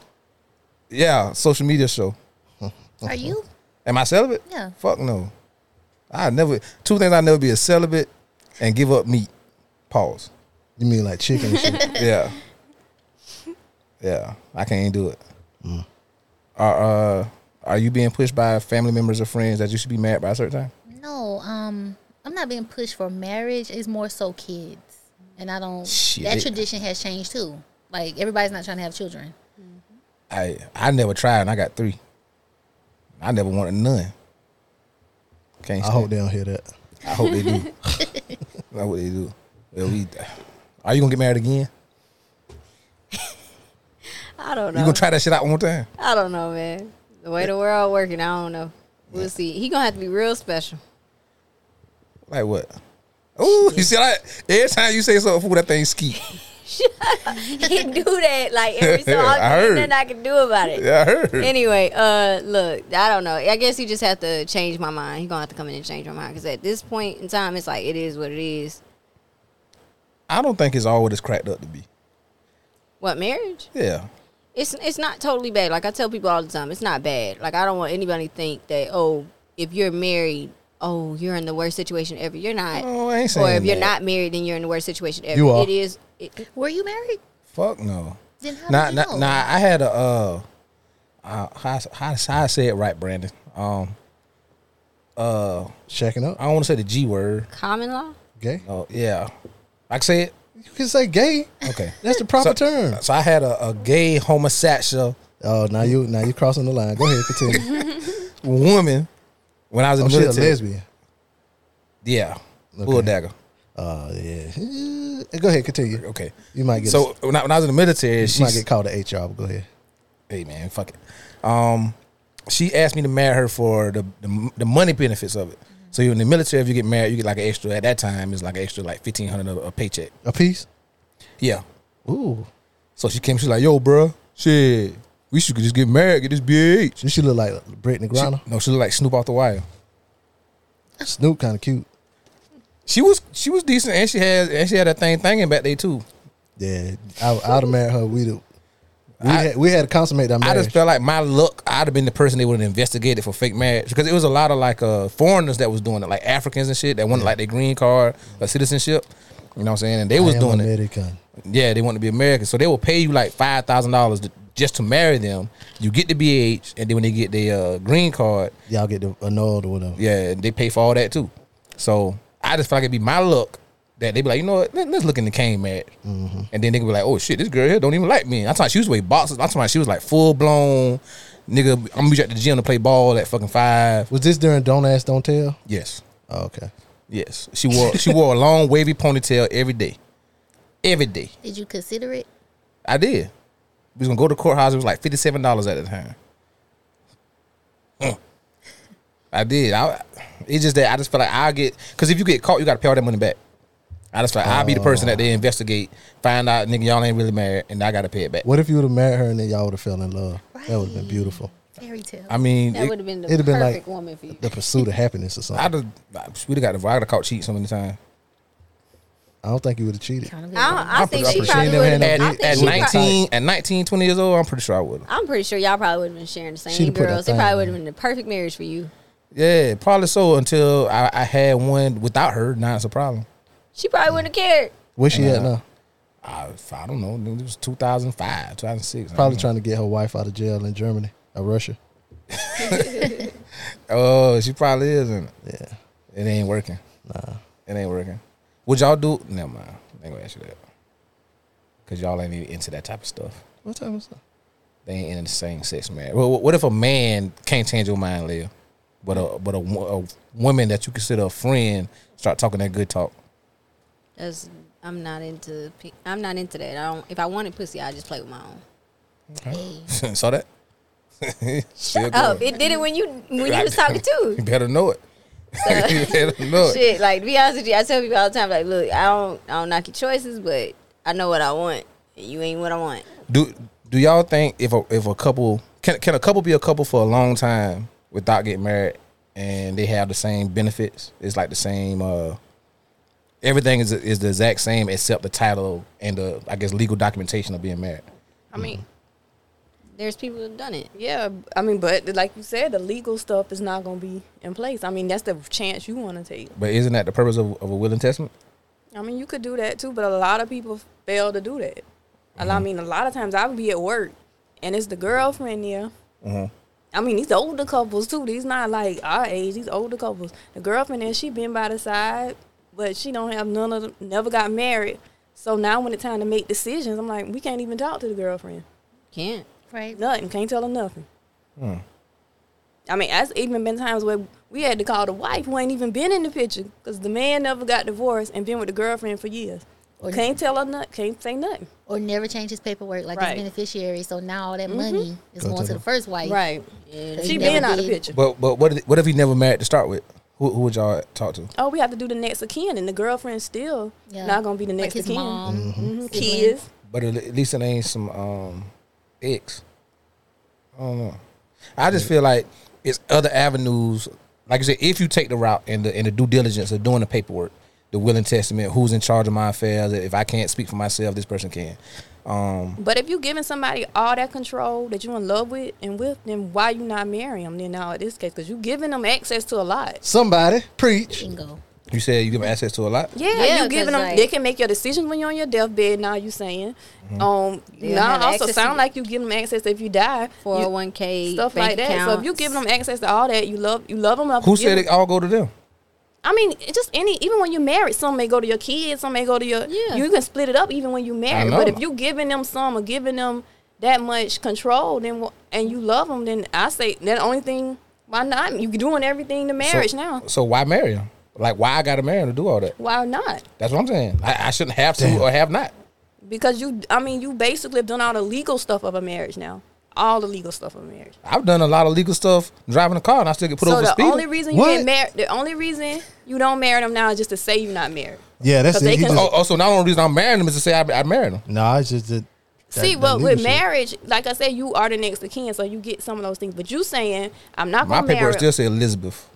S2: Yeah, social media show.
S1: Are you?
S2: Am I celibate?
S1: Yeah.
S2: Fuck no. I never two things I never be a celibate and give up meat. Pause.
S5: You mean like chicken and shit?
S2: Yeah. yeah. I can't do it.
S5: Mm.
S2: Are uh are you being pushed by family members or friends that you should be married by a certain time?
S1: No, um, I'm not being pushed for marriage. It's more so kids, and I don't. That
S2: Shit.
S1: tradition has changed too. Like everybody's not trying to have children.
S2: I I never tried and I got three. I never wanted none. Can't
S5: I
S2: stand-
S5: hope they don't hear that.
S2: I hope they do. I hope they do. Well, we, are you gonna get married again?
S4: I don't
S2: You
S4: know.
S2: gonna try that shit out one more time?
S4: I don't know, man. The way the world working, I don't know. We'll see. He gonna have to be real special.
S2: Like what? Oh, you see that? Every time you say something fool, that thing ski.
S4: he do that like every so
S2: I
S4: often.
S2: heard.
S4: There's nothing I can do about it.
S2: Yeah, I heard.
S4: Anyway, uh, look, I don't know. I guess he just have to change my mind. He gonna have to come in and change my mind because at this point in time, it's like it is what it is.
S2: I don't think it's all what it's cracked up to be.
S4: What marriage?
S2: Yeah.
S4: It's it's not totally bad. Like I tell people all the time, it's not bad. Like I don't want anybody to think that oh, if you're married, oh, you're in the worst situation ever. You're not.
S2: Oh, I ain't saying
S4: or if you're
S2: that.
S4: not married, then you're in the worst situation ever.
S5: You are.
S4: It is. It,
S1: Were you married?
S2: Fuck no.
S1: Then how
S2: Nah,
S1: did
S2: nah,
S1: you know?
S2: nah, I had a uh, uh how, how, how I say it right, Brandon. Um, uh,
S5: Shacking up?
S2: I don't want to say the G word.
S4: common law.
S5: Gay?
S2: Oh yeah, I can say it.
S5: You can say gay.
S2: Okay.
S5: That's the proper
S2: So,
S5: term.
S2: so I had a, a gay homosexual
S5: Oh, now you now you crossing the line. Go ahead, continue.
S2: woman when I was in
S5: oh,
S2: the
S5: she a
S2: military.
S5: lesbian.
S2: Yeah, bull
S5: Okay.
S2: dagger.
S5: Oh yeah. Eh, Go ahead, continue.
S2: Okay.
S5: You might get
S2: So when I, when I was in the military,
S5: you might
S2: she's
S5: get called an HR. But go ahead.
S2: hey man, fuck it. Um, she asked me to marry her for the the, the money benefits of it. So you in the military, if you get married, you get like an extra. At that time, it's like an extra like fifteen hundred a paycheck.
S5: A piece.
S2: Yeah.
S5: Ooh,
S2: So she came. She's like, "Yo, bro, shit, we should just get married, get this BH."
S5: she, she look like Brittany
S2: She-
S5: Griner.
S2: no, she looked like Snoop off the wire.
S5: Snoop kind of cute.
S2: She was she was decent, and she had and she had that thing thinging back there too.
S5: Yeah, I, I'd have married her. We'd have, we
S2: I-
S5: had, we had to consummate that marriage.
S2: I just felt like my luck. I'd have been the person they would have investigated for fake marriage because it was a lot of like uh, foreigners that was doing it, like Africans and shit that wanted like their green card, or citizenship. You know what I'm saying? And they
S5: I
S2: was
S5: am
S2: doing it.
S5: American.
S2: Yeah, they want to be American, so they will pay you like five thousand dollars just to marry them. You get the BH, and then when they get their uh, green card,
S5: Y'all get the, annulled or whatever.
S2: yeah, they pay for all that too. So I just feel like it'd be my luck that they'd be like, you know what, Let, us look into Kane marriage. And then they could be like, oh shit, this girl here don't even like me. I thought she was way boxes. I thought she was like full blown nigga. I'm gonna meet you at the gym to play ball at fucking five.
S5: Was this during Don't Ask, Don't Tell?
S2: Yes,
S5: Oh, okay.
S2: yes. She wore she wore a long wavy ponytail every day, every day.
S1: Did you consider it?
S2: I did. We was gonna go to courthouse. It was like fifty seven dollars at the time. Mm. I did. I it's just that I just feel like I get because if you get caught, you gotta pay all that money back. I just feel like I'll be the person that they investigate, find out nigga y'all ain't really married, and I gotta pay it back.
S5: What if you would have married her and then y'all would have fell in love? That would have been
S1: Right.
S5: beautiful.
S1: Fairy tale.
S2: I mean,
S4: That
S2: it-
S4: would have been the
S5: it'd
S4: perfect
S5: been like-
S4: woman for you.
S5: The pursuit of happiness or something.
S2: I
S5: I,
S2: just we got divorced. I got caught cheating so many times.
S5: don't think you would have cheated.
S1: Kind of
S4: I, don't, I,
S2: I'm
S4: think
S2: pretty
S4: she
S2: sure she
S4: probably
S5: never
S4: would
S5: had
S4: have.
S5: no
S2: At,
S5: I
S4: I
S5: think
S2: at
S5: she probably-
S2: nineteen, at 19, 20 years old, I'm pretty sure I would.
S4: am pretty sure y'all probably would have been sharing the same
S5: She'd've put that
S4: girls. It
S5: thing
S4: probably
S5: on.
S4: would have been the perfect marriage for you.
S2: Yeah, probably so until I, I had one without her. Now it's a problem.
S4: She probably wouldn't have cared.
S5: Where she at
S2: Nah.
S5: now?
S2: I, I don't know. It was 2005, 2006. I
S5: Probably
S2: don't
S5: trying to get her wife out of jail in Germany or Russia.
S2: know. Oh, she probably isn't.
S5: Yeah.
S2: It ain't working. Nah. It ain't working. Would y'all do? Never mind. I ain't gonna ask you that. Cause y'all ain't even into that type of stuff.
S5: What time is that?
S2: They ain't into the same sex marriage. Well, what if a man can't change your mind, Leah? But a but a, wo- a woman that you consider a friend start talking that good talk.
S4: That's I'm not into. pe- I'm not into that. I don't. If I wanted pussy, I just play with my own.
S2: Saw that. Still
S4: Shut up!
S2: going.
S4: Oh, It did it when you when you was talking too.
S2: You better know it. you better know it.
S4: Shit, like to be honest with you, I tell people all the time, like, look, I don't, I don't knock your choices, but I know what I want. and You ain't what I want.
S2: Do do y'all think if a if a couple can can a couple be a couple for a long time without getting married and they have the same benefits? It's like the same uh everything is is the exact same except the title and the I guess legal documentation of being married.
S3: I mean,
S4: There's people who've done it.
S3: yeah, I mean, but like you said, the legal stuff is not going to be in place. I mean, that's the chance you want to take.
S2: But isn't that the purpose of, of a will and testament?
S3: I mean, you could do that too, but a lot of people fail to do that. A lot- I mean, a lot of times I would be at work and it's the girlfriend there.
S2: Mm-hmm.
S3: I mean, these older couples too. These not like our age. These older couples. The girlfriend there, she been by the side, but she don't have none of them. Never got married. So now when it's time to make decisions, I'm like, we can't even talk to the girlfriend.
S4: Can't.
S1: Right.
S3: Nothing. Can't tell her nothing.
S2: Hmm.
S3: I mean, that's even been times where we had to call the wife who ain't even been in the picture because the man never got divorced and been with the girlfriend for years.
S1: Or-
S3: can't tell her nothing. Can't say nothing.
S1: Or never change his paperwork like
S3: Right. Mm-hmm.
S1: his beneficiary. So now all that money is
S5: Go
S1: going
S5: to
S1: to the
S5: them.
S1: first wife.
S3: Right.
S4: Yeah,
S1: Cause
S4: they
S3: She
S1: never
S3: been out of the
S1: did.
S3: picture.
S2: But but what if- what if he never married to start with? Who, who would y'all talk to?
S3: Oh, we have to do the next of kin, and the girlfriend still
S1: Yeah.
S3: not gonna be the
S1: Like
S3: next
S1: his
S3: of kin.
S1: mom.
S5: Mm-hmm.
S3: Mhm.
S1: siblings.
S3: Kids.
S2: But at at least it ain't some um ex. I don't know. I just feel like it's other avenues. Like I said, if you take the route and the and the due diligence of doing the paperwork, the will and testament, who's in charge of my affairs. If I can't speak for myself, this person can. Um,
S3: But if you giving somebody all that control that you in love with and with, then why you not marrying them? Then now in this case, because you giving them access to a lot.
S5: Somebody preach.
S1: Bingo.
S2: you said you give access to a lot.
S3: Yeah,
S4: Yeah,
S3: you
S4: 'cause,
S3: giving them.
S4: like-
S3: they can make your decisions when you're on your deathbed. Now you saying,
S2: Mm-hmm.
S3: um,
S4: They'll
S3: now
S4: have
S3: it also
S4: access
S3: sound
S4: to-
S3: like you giving them access if you die, you,
S4: 401k
S3: stuff like that. So if you giving them access to all that, you love you love them. Up,
S2: Who
S3: you give
S2: said
S3: them-
S2: it all go to them?
S3: I mean, it just any even when you're married, some may go to your kids, some may go to your.
S4: Yeah.
S3: You can split it up even when you're married,
S2: know.
S3: but if you giving them some or giving them that much control, then wh- and you love them, then I say that the only thing. Why not? You doing everything to marriage
S2: so,
S3: now.
S2: So why marry him? Like why I got to marry him to do all that?
S3: Why not?
S2: That's what I'm saying. I, I shouldn't have to
S5: Damn.
S2: or have not.
S3: Because you, I mean, you basically have done all the legal stuff of a marriage now. All the legal stuff of a marriage.
S2: I've done a lot of legal stuff driving a car and I still get put
S3: so
S2: over
S3: the
S2: for speeding.
S3: only reason you
S5: What?
S3: get married, the only reason you don't marry them now is just to say you're not married.
S5: Yeah, that's
S3: But they
S5: it. He
S3: can-
S5: just,
S2: Oh, oh, so not only reason I'm marrying him is to say I, I married him.
S5: nah, it's just that. that-
S3: See,
S5: that
S3: but with
S5: leadership.
S3: marriage, like I said, you are the next of kin, so you get some of those things. But you saying I'm not
S2: My
S3: gonna marry.
S2: paperwork still say Elizabeth.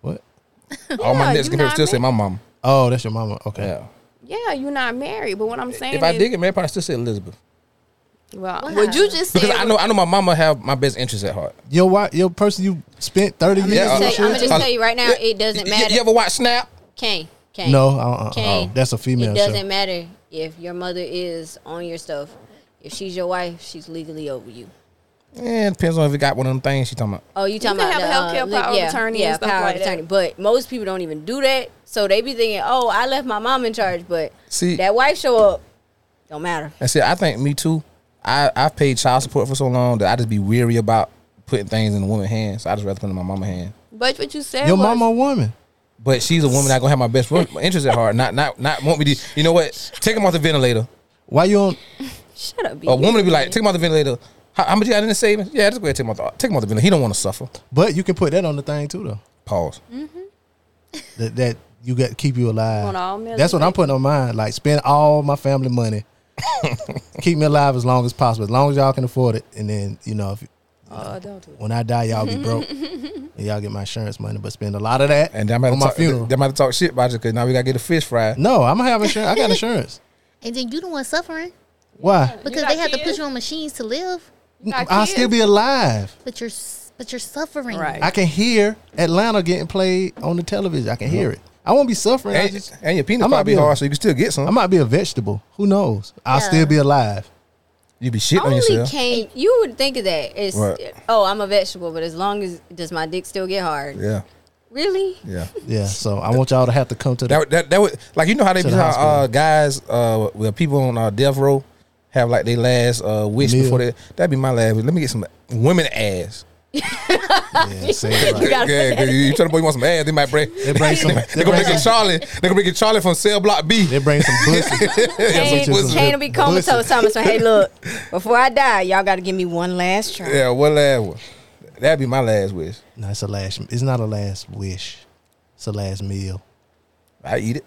S5: What?
S2: All my
S3: Yeah,
S2: next
S3: you
S2: paperwork
S3: not
S2: still say my mom.
S5: Oh, that's your mama. Okay.
S2: Yeah.
S3: yeah, you're not married. But what I'm saying
S2: If I
S3: is,
S2: did get married, I probably still say Elizabeth
S3: well,
S1: Why?
S3: what you just said,
S2: because I know I know my mama have my best interest at heart.
S5: Your wife, your person you spent 30
S4: I'm
S5: years
S2: Yeah,
S4: gonna
S2: uh,
S4: just, tell, I'm gonna just
S2: uh,
S4: tell you right now, it doesn't
S2: You-
S4: matter.
S2: You, ever watch Snap?
S4: Kane, Kane.
S5: No, uh, uh,
S3: Uh-huh.
S5: uh,
S4: Kane.
S5: that's a female
S4: It doesn't
S5: show.
S4: matter if your mother is on your stuff. If she's your wife, she's legally over you.
S2: Yeah, it depends on if you got one of them things she talking about.
S4: Oh, you talking
S3: can
S4: about
S3: have
S4: the,
S3: a
S4: uh,
S3: healthcare
S4: li-
S3: power of
S4: yeah,
S3: attorney and
S4: Yeah,
S3: stuff
S4: power
S3: like
S4: of
S3: that.
S4: attorney. But most people don't even do that, so they be thinking, "Oh, I left my mom in charge." But
S2: See-
S4: that wife show up, don't matter.
S2: And see, I think me too. I I've paid child support for so long that I just be weary about putting things in a woman's hands. So I just rather put it in my mama's hand.
S3: but what you said,
S5: Your
S3: was,
S5: mama a woman.
S2: But she's a woman that gonna have my best wo- interest at heart. Not not not want me to. You know what? Take him off the ventilator.
S5: Why you on?
S4: Shut up, B.
S2: A woman would be like, take him off the ventilator. How, how much you got in the savings? Yeah, just go ahead and take him off. The, take him off the ventilator. He don't want to suffer.
S5: But you can put that on the thing too, though.
S2: Pause.
S5: That that you got to keep you alive.
S3: On all measures,
S5: That's what I'm
S3: baby.
S5: putting on mine. Like spend all my family money, keep me alive as long as possible, as long as y'all can afford it. And then you know, if,
S3: Oh, don't do it.
S5: when I die, y'all be broke, and y'all get my insurance money. But spend a lot of that
S2: And
S5: and
S2: they
S5: on
S2: might
S5: my
S2: talk,
S5: funeral.
S2: They might have talked shit about you because now we gotta get a fish fry.
S5: no, I'm gonna have insurance. I got insurance.
S1: And then you the one suffering
S5: Why?
S1: because
S3: got
S1: they have to
S3: kids?
S1: put you on machines to live,
S3: got
S5: I'll still
S3: kids?
S5: be alive.
S1: but your s- But you're suffering.
S3: Right.
S5: I can hear Atlanta getting played on the television. I can hear it. I won't be suffering. I,
S2: And,
S5: just,
S2: and your
S5: I
S2: penis
S5: might
S2: probably
S5: be a-
S2: hard, so you can still get some.
S5: I might be a vegetable. Who knows? I'll
S1: Yeah.
S5: still be alive.
S2: you be shitting on
S4: Only
S2: yourself.
S4: can you would think of that. It's
S2: What?
S4: oh, I'm a vegetable, but as long as does my dick still get hard?
S2: Yeah,
S4: Really?
S2: yeah.
S5: Yeah. So I want y'all to have to come to the.
S2: That would- that that would like you know how they
S5: To the
S2: how, uh,
S5: hospital.
S2: guys uh well people on uh, death row have like their last uh wish
S5: Meal.
S2: before they that'd be my last. wish. Let me get some women ass.
S5: yeah, say it right.
S4: You gotta
S2: yeah, 'cause you, you tell the boy you want some ass, they might bring. They
S5: bring some-
S2: They
S5: they
S2: gonna
S5: bring
S2: bring it
S5: some-
S2: Charlie. They gonna bring it Charlie from Cell Block B.
S5: They bring some pussy.
S4: Kane,
S5: some pussy.
S4: Kane will be comatose.
S5: Pussy.
S4: Thomas, so hey, look, before I die, y'all got to give me one last try.
S2: Yeah, what last one? That'd be my last wish.
S5: no, it's a last. It's not a last wish. It's a last meal.
S2: I eat it.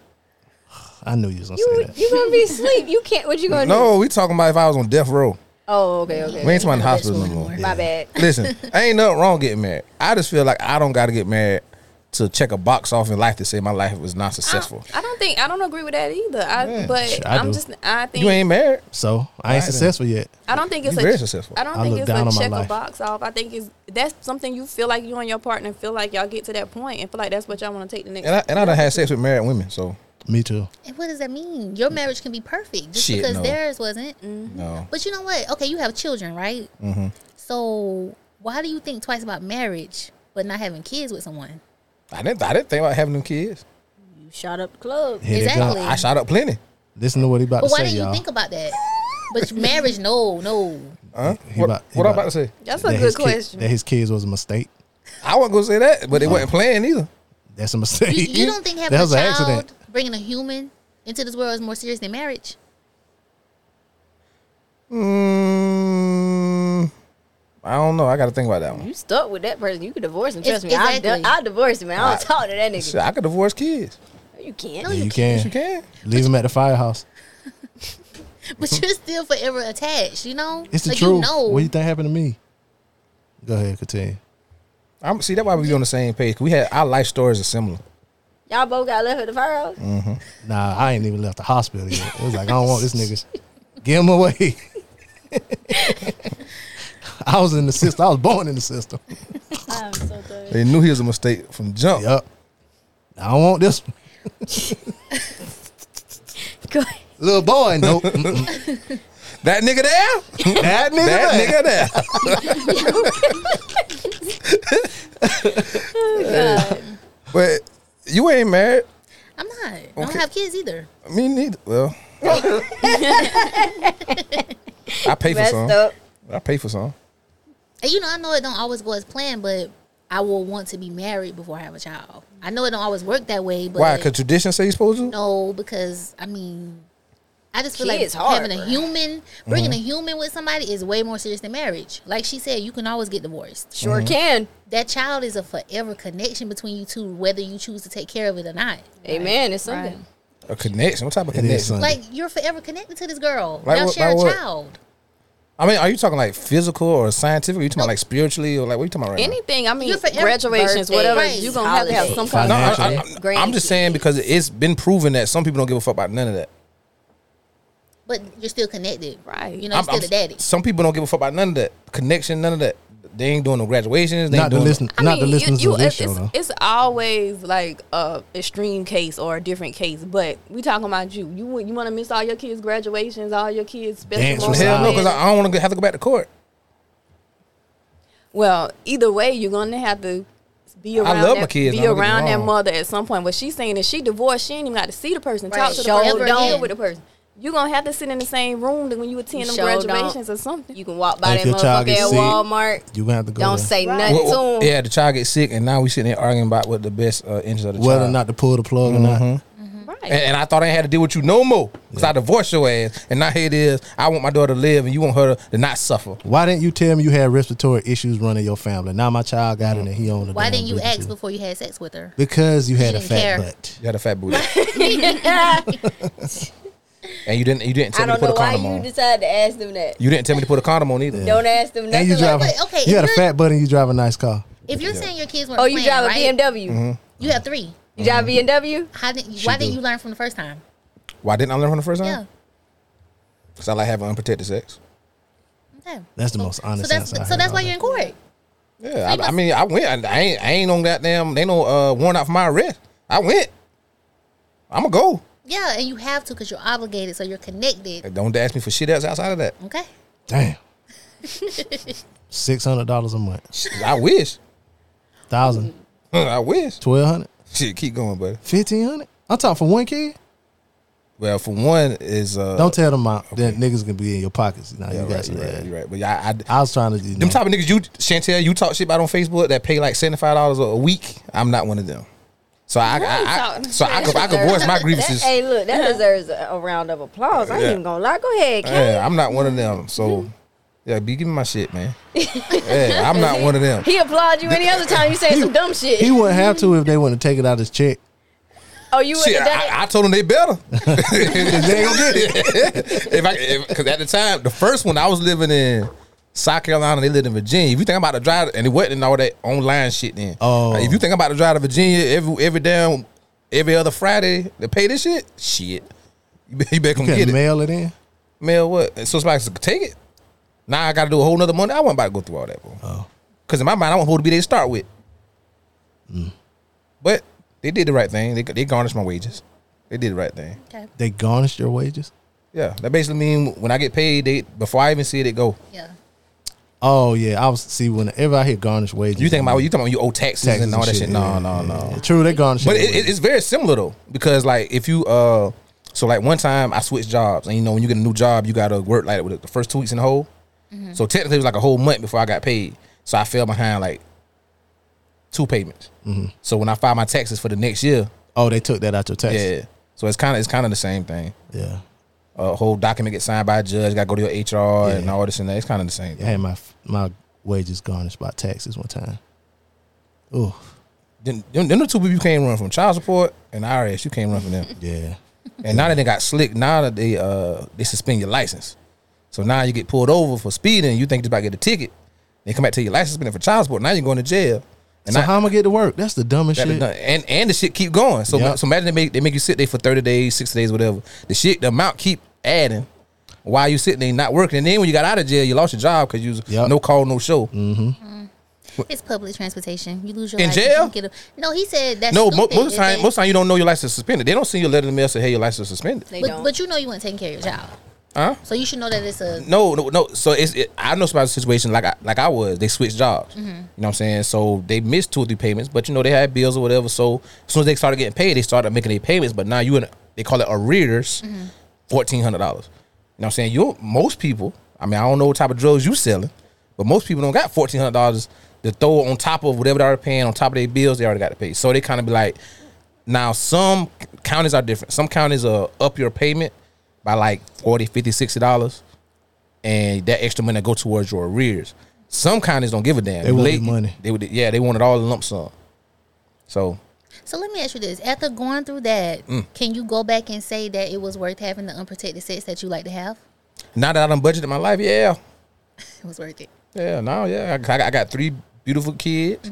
S5: I knew you was gonna say
S4: You
S5: that.
S4: you gonna be asleep? You can't. What you gonna do?
S2: No, we talking about if I was on death row.
S4: Oh, okay, okay.
S2: We ain't talking about the hospital no
S1: That's
S2: more.
S1: one
S4: My bad.
S2: Listen, ain't nothing wrong getting married. I just feel like I don't got to get married to check a box off in life to say my life was not successful.
S3: I don't think I don't agree with that either. I
S2: Yeah.
S3: but
S5: Shit, I
S3: I am
S5: do.
S3: just I think
S2: You ain't married.
S5: So I ain't
S2: Right then.
S5: successful yet.
S3: I don't think it's
S2: You
S3: a
S2: very successful.
S3: I don't
S5: I
S3: think
S5: look
S3: it's
S5: down
S3: a
S5: on my
S3: check a
S5: life.
S3: box off. I think it's that's something you feel like you and your partner feel like y'all get to that point and feel like that's what y'all want to take the next.
S2: And I, and I done had sex with married women, so
S5: Me too.
S1: And what does that mean? Your marriage can be perfect just
S2: Shit,
S1: because
S2: no.
S1: theirs wasn't.
S3: Mm-hmm.
S2: no.
S1: But you know what? Okay, you have children, right?
S5: Mm-hmm.
S2: Mhm.
S1: So why do you think twice about marriage but not having kids with someone?
S2: I didn't. I didn't think about having them kids.
S4: You shot up the club.
S5: Here they
S1: Exactly.
S5: go.
S2: I shot up plenty.
S5: Listen to what he about
S1: But
S5: to
S1: why
S5: say,
S1: didn't you
S5: y'all.
S1: think about that? But marriage, no, no.
S2: Huh?
S5: He
S2: what
S5: about- he
S2: what I'm
S5: about-
S2: about to say?
S3: That's
S5: That
S3: a
S5: his
S3: good
S5: kid-
S3: question.
S5: that his kids was a mistake.
S2: I wasn't gonna say that, but they wasn't playing either.
S5: That's a mistake.
S1: You, you don't think having
S5: that
S1: a
S5: was
S1: child,
S5: an accident?
S1: bringing a human into this world is more serious than marriage?
S2: Mm, I don't know. I got to think about that one.
S4: You stuck with that person. You could divorce him.
S1: It's-
S4: Trust me, I
S1: exactly.
S4: I divorce him. Man. I don't talk to that nigga.
S2: Shit, I could divorce kids.
S4: You
S1: No,
S4: can't.
S5: Yeah,
S1: Oh, you
S5: you
S2: Yes,
S5: can.
S2: you can.
S5: Leave him at the firehouse.
S1: But you're still forever attached, you know?
S5: It's the
S1: Like,
S5: truth.
S1: You know,
S5: What do you think happened to me? Go ahead, continue.
S2: I'm see that's why we on the same page. 'cause We had our life stories are similar.
S4: Y'all both got left at the firehouse.
S5: Nah, I ain't even left the hospital yet. It was like I don't want this nigga. Get him away. I was in the system. I was born in the system.
S4: I'm so good.
S2: They knew he was a mistake from jump.
S5: Yup. I don't want this one.
S4: Go ahead.
S5: little boy. Nope. Mm-mm.
S2: That nigga there,
S5: that nigga.
S2: that
S5: there.
S2: nigga there. But you ain't married.
S1: I'm not. I don't
S2: Okay.
S1: have kids either.
S2: Me neither. Well, I pay for
S4: Messed
S2: some.
S4: up.
S2: I pay for some.
S1: And you know, I know it don't always go as planned, but I will want to be married before I have a child. I know it don't always work that way, but
S2: Why? Cause tradition say you supposed to.
S1: no, because I mean, I just feel
S4: Kids
S1: like
S4: hard,
S1: having a
S4: bruh.
S1: human, bringing
S5: Mm-hmm.
S1: a human with somebody is way more serious than marriage. Like she said, you can always get divorced.
S4: Sure can.
S1: That child is a forever connection between you two, whether you choose to take care of it or not.
S4: Amen. It's something.
S2: A connection. What type of
S5: It is
S2: connection?
S5: Sunday.
S1: Like you're forever connected to this girl.
S2: Like
S1: Y'all
S2: what-
S1: share
S2: like
S1: a
S2: what?
S1: child.
S2: I mean, are you talking like physical or scientific? Are you talking about like spiritually or like what are you talking about right now?
S3: Anything. I mean,
S1: You're for every
S3: graduations,
S4: birthday,
S3: whatever.
S1: right.
S3: You're gonna have to have some kind
S2: No,
S3: of.
S2: I,
S4: Financially.
S2: am just saying because it's been proven that some people don't give a fuck about none of that.
S1: But you're still connected,
S3: Right.
S1: You know, I'm,
S2: I'm-
S1: still
S2: I'm-
S1: the daddy.
S2: Some people don't give a fuck about none of that connection, none of that. They ain't doing no graduations. They
S5: Not
S2: ain't
S5: the
S2: doing
S5: listen.
S3: I
S5: Not
S3: mean,
S5: the listeners
S3: you, you,
S5: of this
S3: it's,
S5: show. though.
S3: it's, it's always like a extreme case or a different case, but we talking about you. You want- you want to miss all your kids' graduations, all your kids' special
S5: Dance
S3: moments.
S2: Hell no,
S5: Wow.
S2: because I, I don't want to have to go back to court.
S3: Well, either way, you're gonna have to be around.
S2: love
S3: that,
S2: my kids,
S3: Be
S2: don't get me
S3: around that
S2: wrong.
S3: mother at some point. What she's saying is, she divorced. She ain't even got to see the person,
S1: Right.
S3: talk to the
S1: Sure
S3: person,
S1: don't.
S3: deal with the person. You're gonna have to sit in the same room that when you attend them
S4: Sure don't.
S3: graduations or something.
S4: You can walk by
S5: If
S4: that
S5: your child
S4: motherfucker at
S5: gets sick,
S4: Walmart.
S5: you gonna have to go.
S4: Don't
S5: there.
S4: say
S3: Right.
S4: nothing
S2: Well, well,
S4: to him.
S2: yeah, the child gets sick, and now we sitting there arguing about what the best uh, interest of the
S5: whether or
S2: child.
S5: not to pull the plug or not.
S3: right.
S2: and, and I thought I ain't had to deal with you no more because I divorced your ass, and now here it is. I want my daughter to live, and you want her to, to not suffer.
S5: Why didn't you tell me you had respiratory issues running your family? Now my child got it and he owned it.
S1: Why didn't you ask before you had sex with her?
S5: Because you had a
S1: didn't
S5: fat
S1: care.
S5: butt.
S2: You had a fat booty,
S4: I
S2: and you didn't. You didn't tell me to
S4: don't
S2: put
S4: know
S2: a
S4: why
S2: condom
S4: you
S2: on.
S4: decided to ask them that.
S2: you didn't tell me to put a condom on either.
S4: Don't ask them
S5: And
S4: nothing.
S5: you drive.
S4: like,
S1: But, okay,
S5: you
S1: if
S5: had a
S1: you're-
S5: fat butt and you drive a nice car.
S1: If you're saying your kids weren't,
S4: oh, you
S1: playing,
S4: drive a
S1: right?
S4: BMW.
S2: Mm-hmm.
S1: You have three.
S4: You drive a BMW.
S1: How did? Why
S5: do.
S1: didn't you learn from the first time?
S2: Why didn't I learn from the first
S1: Yeah.
S2: time? Because I like having unprotected sex.
S1: Okay.
S5: That's the most honest
S1: So that's
S5: answer I
S1: so
S5: heard
S1: that's
S5: all
S1: why
S5: day.
S1: you're in court.
S2: Yeah, I, I mean, I went. I ain't, I ain't on goddamn. They no uh, warrant out for my arrest. I went. I'ma go.
S1: Yeah, and you have to because you're obligated, so you're connected.
S2: Don't ask me for shit else outside of that.
S1: Okay.
S5: Damn. Six hundred dollars a month.
S2: I wish.
S5: Thousand.
S2: I wish.
S5: Twelve hundred.
S2: Shit, keep going, buddy.
S5: Fifteen hundred. I'm talking for one kid.
S2: Well, for one is uh,
S5: Don't tell them amount. Then niggas can be in your pockets. Now
S2: Yeah,
S5: you got
S2: right,
S5: some.
S2: you right,
S5: yeah.
S2: you right. But yeah, I, I
S5: I was trying to. You know,
S2: Them type of niggas you Chantel, you talk shit about on Facebook that pay like seventy five dollars a week. I'm not one of them. So I, I, I
S3: talking
S2: so I could I could voice my grievances.
S4: That, hey, look, that deserves a, a round of applause. I ain't
S2: Yeah.
S4: even gonna lie. Go ahead, Ken.
S2: Yeah, I'm not one of them. So yeah, be giving my shit, man. yeah, I'm not one of them.
S4: He applaud you any other time you say some dumb shit.
S5: he wouldn't have to if they wouldn't have taken out his check.
S4: oh, you would
S2: Shit,
S4: have done it.
S2: I, I told them they better. they gonna get it. if I, if, cause at the time, the first one I was living in South Carolina, they lived in Virginia. If you think about the drive, and it wasn't all that online shit then.
S5: Oh.
S2: Like, if you think about the drive to Virginia every every damn every other Friday to pay this shit, shit, you better, you better come get
S5: Couldn't
S2: it.
S5: mail it in.
S2: Mail what? And So somebody could take it. Now I got to do a whole nother money. I wasn't about to go through all that, bro.
S5: Oh.
S2: Because in my mind, I want who to be there to start with.
S5: Mm.
S2: But they did the right thing. They they garnished my wages. They did the right thing.
S1: Okay.
S5: They garnished your wages.
S2: Yeah, that basically mean when I get paid, they before I even see it, it go.
S1: Yeah.
S5: Oh yeah, I was see whenever I hear garnished wages.
S2: You think about you talking about you owe taxes,
S5: taxes
S2: and all that shit? No,
S5: yeah,
S2: no,
S5: yeah,
S2: no.
S5: yeah. True, they garnished.
S2: But
S5: your
S2: it, it-
S5: wages.
S2: it's very similar though, because like if you uh, so like one time I switched jobs, and you know when you get a new job, you gotta work like with the first two weeks in the hole. So technically, it was like a whole month before I got paid. So I fell behind like two payments. So when I filed my taxes for the next year,
S5: oh, they took that out your tax.
S2: yeah. So it's kind of it's kind of the same thing.
S5: yeah.
S2: A whole document gets signed by a judge, got to go to your HR and
S5: Yeah.
S2: all this and that. It's kind of the same.
S5: I
S2: Thing.
S5: had my my wages garnished by taxes one time. Oh
S2: Then, then, then the two people you can't run from child support and IRS, you can't run from them.
S5: yeah,
S2: And now that they got slick, now that they uh they suspend your license. So now you get pulled over for speeding, you think just about to get a ticket. They come back to your license suspended for child support. Now you're going to jail. And
S5: so
S2: I-
S5: how am I get to work? That's the dumbest
S2: that is
S5: shit.
S2: done. and and the shit keep going. So
S5: Yep.
S2: so imagine they make they make you sit there for thirty days, sixty days, whatever. The shit, the amount keep adding while you sitting there not working. And then when you got out of jail, you lost your job because you was
S5: Yep.
S2: no call, no show.
S1: It's public transportation. You lose your
S2: In
S1: license,
S2: jail?
S1: you get a- no, he said that's
S2: No, mo-
S1: stupid,
S2: most of
S1: is
S2: the time,
S1: that-
S2: most of the time you don't know your license is suspended. They don't send you a letter in the mail say, "Hey, your license is suspended."
S4: They
S1: but,
S4: don't.
S1: but you know you weren't taking care of your child,
S2: Huh?
S1: so you should know that it's a
S2: No, no, no. So it's it, I know somebody's situation like I, like I was. They switched jobs. You know what I'm saying? So they missed two or three payments, but you know they had bills or whatever. So as soon as they started getting paid, they started making their payments. But now you in they call it arrears, hundred dollars. You know what I'm saying? You most people. I mean, I don't know what type of drugs you selling, but most people don't got fourteen hundred dollars to throw on top of whatever they're already paying on top of their bills. They already got to pay. So they kind of be like, now some counties are different. Some counties are up your payment by like 40 50 60 dollars and that extra money go towards your arrears. Some counties don't give a damn.
S5: They want your money.
S2: They would, yeah, they want it all in lump sum. So
S1: So let me ask you this: After going through that,
S2: Mm.
S1: can you go back and say that it was worth having the unprotected sex that you like to have?
S2: now that I done budgeted my life, yeah,
S1: It was worth it.
S2: yeah, now yeah, I, got- I got three beautiful kids.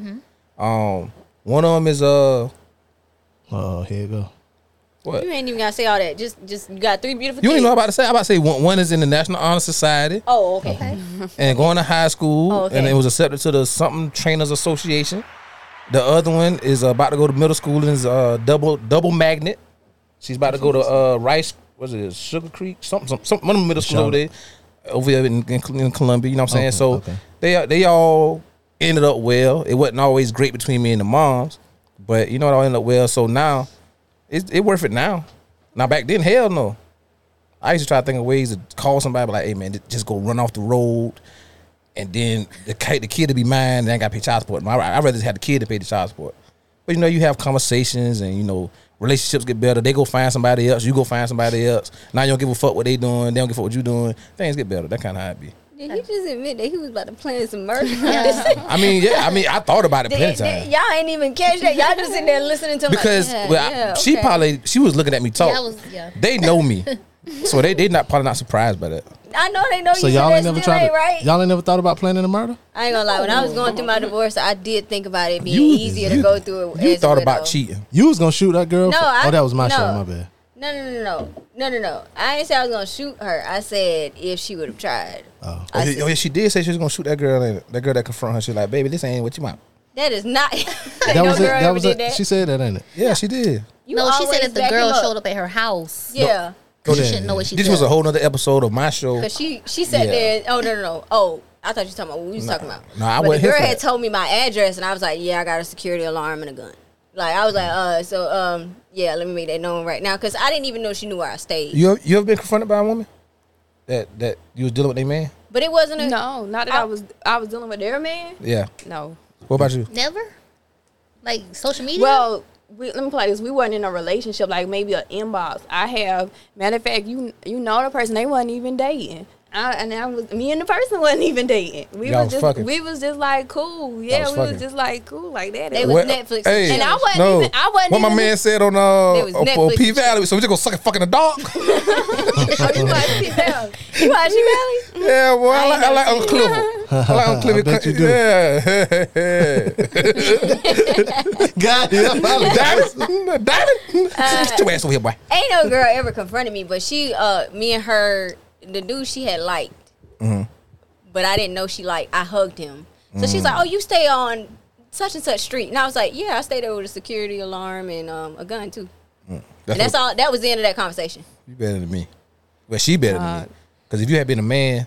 S2: Um, one of them is uh,
S5: Oh, here you go.
S2: what
S4: you
S2: you
S4: ain't even gotta say all that. Just, just you got three beautiful.
S2: don't even
S4: kids.
S2: know what I'm about to say. I am about to say one, one is in the National Honor Society
S4: Oh, okay.
S2: and going to high school,
S4: Oh, okay.
S2: and it was accepted to the something trainers association. The other one is about to go to middle school and is uh double double magnet. She's about to go to uh Rice. Was it Sugar Creek? Something, some, some one of the middle school over there, over here in, in, in Columbia. You know what I'm saying?
S5: Okay,
S2: so
S5: okay.
S2: they they all ended up well. It wasn't always great between me and the moms, but you know it all ended up well. So now it's it worth it now. Now back then, hell no. I used to try to think of ways to call somebody, but like, hey man, just go run off the road, and then the kid, the kid to be mine. And I got to pay child support. My, I'd rather just have the kid to pay the child support. But you know, you have conversations, and you know, relationships get better. They go find somebody else. You go find somebody else. Now you don't give a fuck what they doing. They don't give a fuck what you doing. Things get better. That kind of how it be.
S4: Did he just admit that he was about to plan some murder?
S2: I mean, yeah. I mean, I thought about it plenty
S4: Did-
S2: of
S4: did-
S2: times
S4: y'all ain't even catch that. Y'all just sitting there listening to him
S2: because
S4: like, yeah,
S2: well, I-
S4: yeah,
S2: she
S4: okay.
S2: probably she was looking at me talk.
S1: Yeah, I was- yeah.
S2: They know me, so they they not probably not surprised by that.
S4: I know they know
S5: So
S4: Oh, you.
S5: y'all
S4: but
S5: ain't
S4: that
S5: never
S4: still
S5: tried to,
S4: ain't right.
S5: Y'all ain't never thought about planning a murder?
S4: I ain't gonna lie. When I was going through my divorce, I did think about it being
S2: You-
S4: easier
S2: you-
S4: to go through it.
S2: You
S4: as a
S2: thought about
S4: widow.
S2: cheating.
S5: You was gonna shoot that girl?
S4: No,
S5: for-
S4: I-
S5: oh, that was my
S4: no.
S5: show. My bad.
S4: No, No, no, no, no, no, no, no. I ain't say I was gonna shoot her. I said if she would have tried.
S5: Oh.
S2: Oh,
S4: I
S2: yeah,
S4: see.
S2: oh, yeah, she did say she was gonna shoot that girl. and That girl that confront her, she's like, "Baby, this ain't what you want."
S4: That is not.
S5: That was it.
S4: girl
S5: That
S4: ever
S5: was
S4: did
S5: it.
S4: that.
S5: She said that, ain't it?
S2: Yeah, she did.
S4: You
S1: no, she said
S4: always
S1: if the
S4: back
S1: girl
S4: him up.
S1: showed up at her house,
S4: Yeah,
S2: Go
S1: she
S2: there.
S4: Oh,
S1: shouldn't know what she
S2: This
S1: did.
S2: was a whole nother episode of my show.
S4: because she she sat
S2: Yeah.
S4: there. Oh no, no, no. Oh, I thought you were talking about what we was talking about.
S2: Nah, I
S4: but
S2: wasn't
S4: the
S2: here
S4: girl
S2: for
S4: had
S2: that.
S4: told me my address, and I was like, yeah, I got a security alarm and a gun. Like I was like, uh, so um, yeah, let me make that known right now because I didn't even know she knew where I stayed.
S2: You you ever been confronted by a woman that that you was dealing with a man?
S4: But it wasn't a
S3: No, not that I, was I was dealing with their man.
S2: Yeah.
S3: No.
S2: What about you?
S1: never. Like social media.
S3: Well, we, let me play this. We wasn't in a relationship, like maybe an inbox. I have matter of fact, you you know the person they wasn't even dating. I, and I was me and the person wasn't even dating. We
S2: Y'all was
S3: was, just
S2: fucking.
S3: we was just like cool. Yeah,
S2: was
S3: we
S2: fucking.
S3: was just like cool like that.
S4: They
S3: It
S4: was
S2: Well,
S4: Netflix and
S2: Hey,
S4: chill. And I
S3: wasn't
S2: no.
S3: even- I wasn't
S2: What my
S3: even-
S2: man said on uh
S4: was
S2: on- on
S4: Netflix
S2: P Valley, so we just gonna suck it fucking a dog.
S3: was like, yeah.
S4: you watch it, really?
S2: yeah, boy, I,
S4: ain't
S2: like I
S4: never
S2: like
S4: seen
S2: Uncle Clifford. I like Uncle
S5: I
S2: Clifford.
S5: bet you do.
S2: Yeah.
S5: God damn.
S2: Diamond, Diamond, get Mm, your ass over here, boy.
S4: Ain't no girl ever confronted me, but she, uh, me and her, the dude she had liked,
S2: Mm-hmm.
S4: but I didn't know she liked. I hugged him, so she's like, "Oh, you stay on such and such street," and I was like, "Yeah, I stay there with a security alarm and um, a gun too."
S2: That's
S4: and that's
S2: what-
S4: all. That was the end of that conversation.
S2: You better than me. Well, she better than
S3: God.
S2: me. Because if you had been a man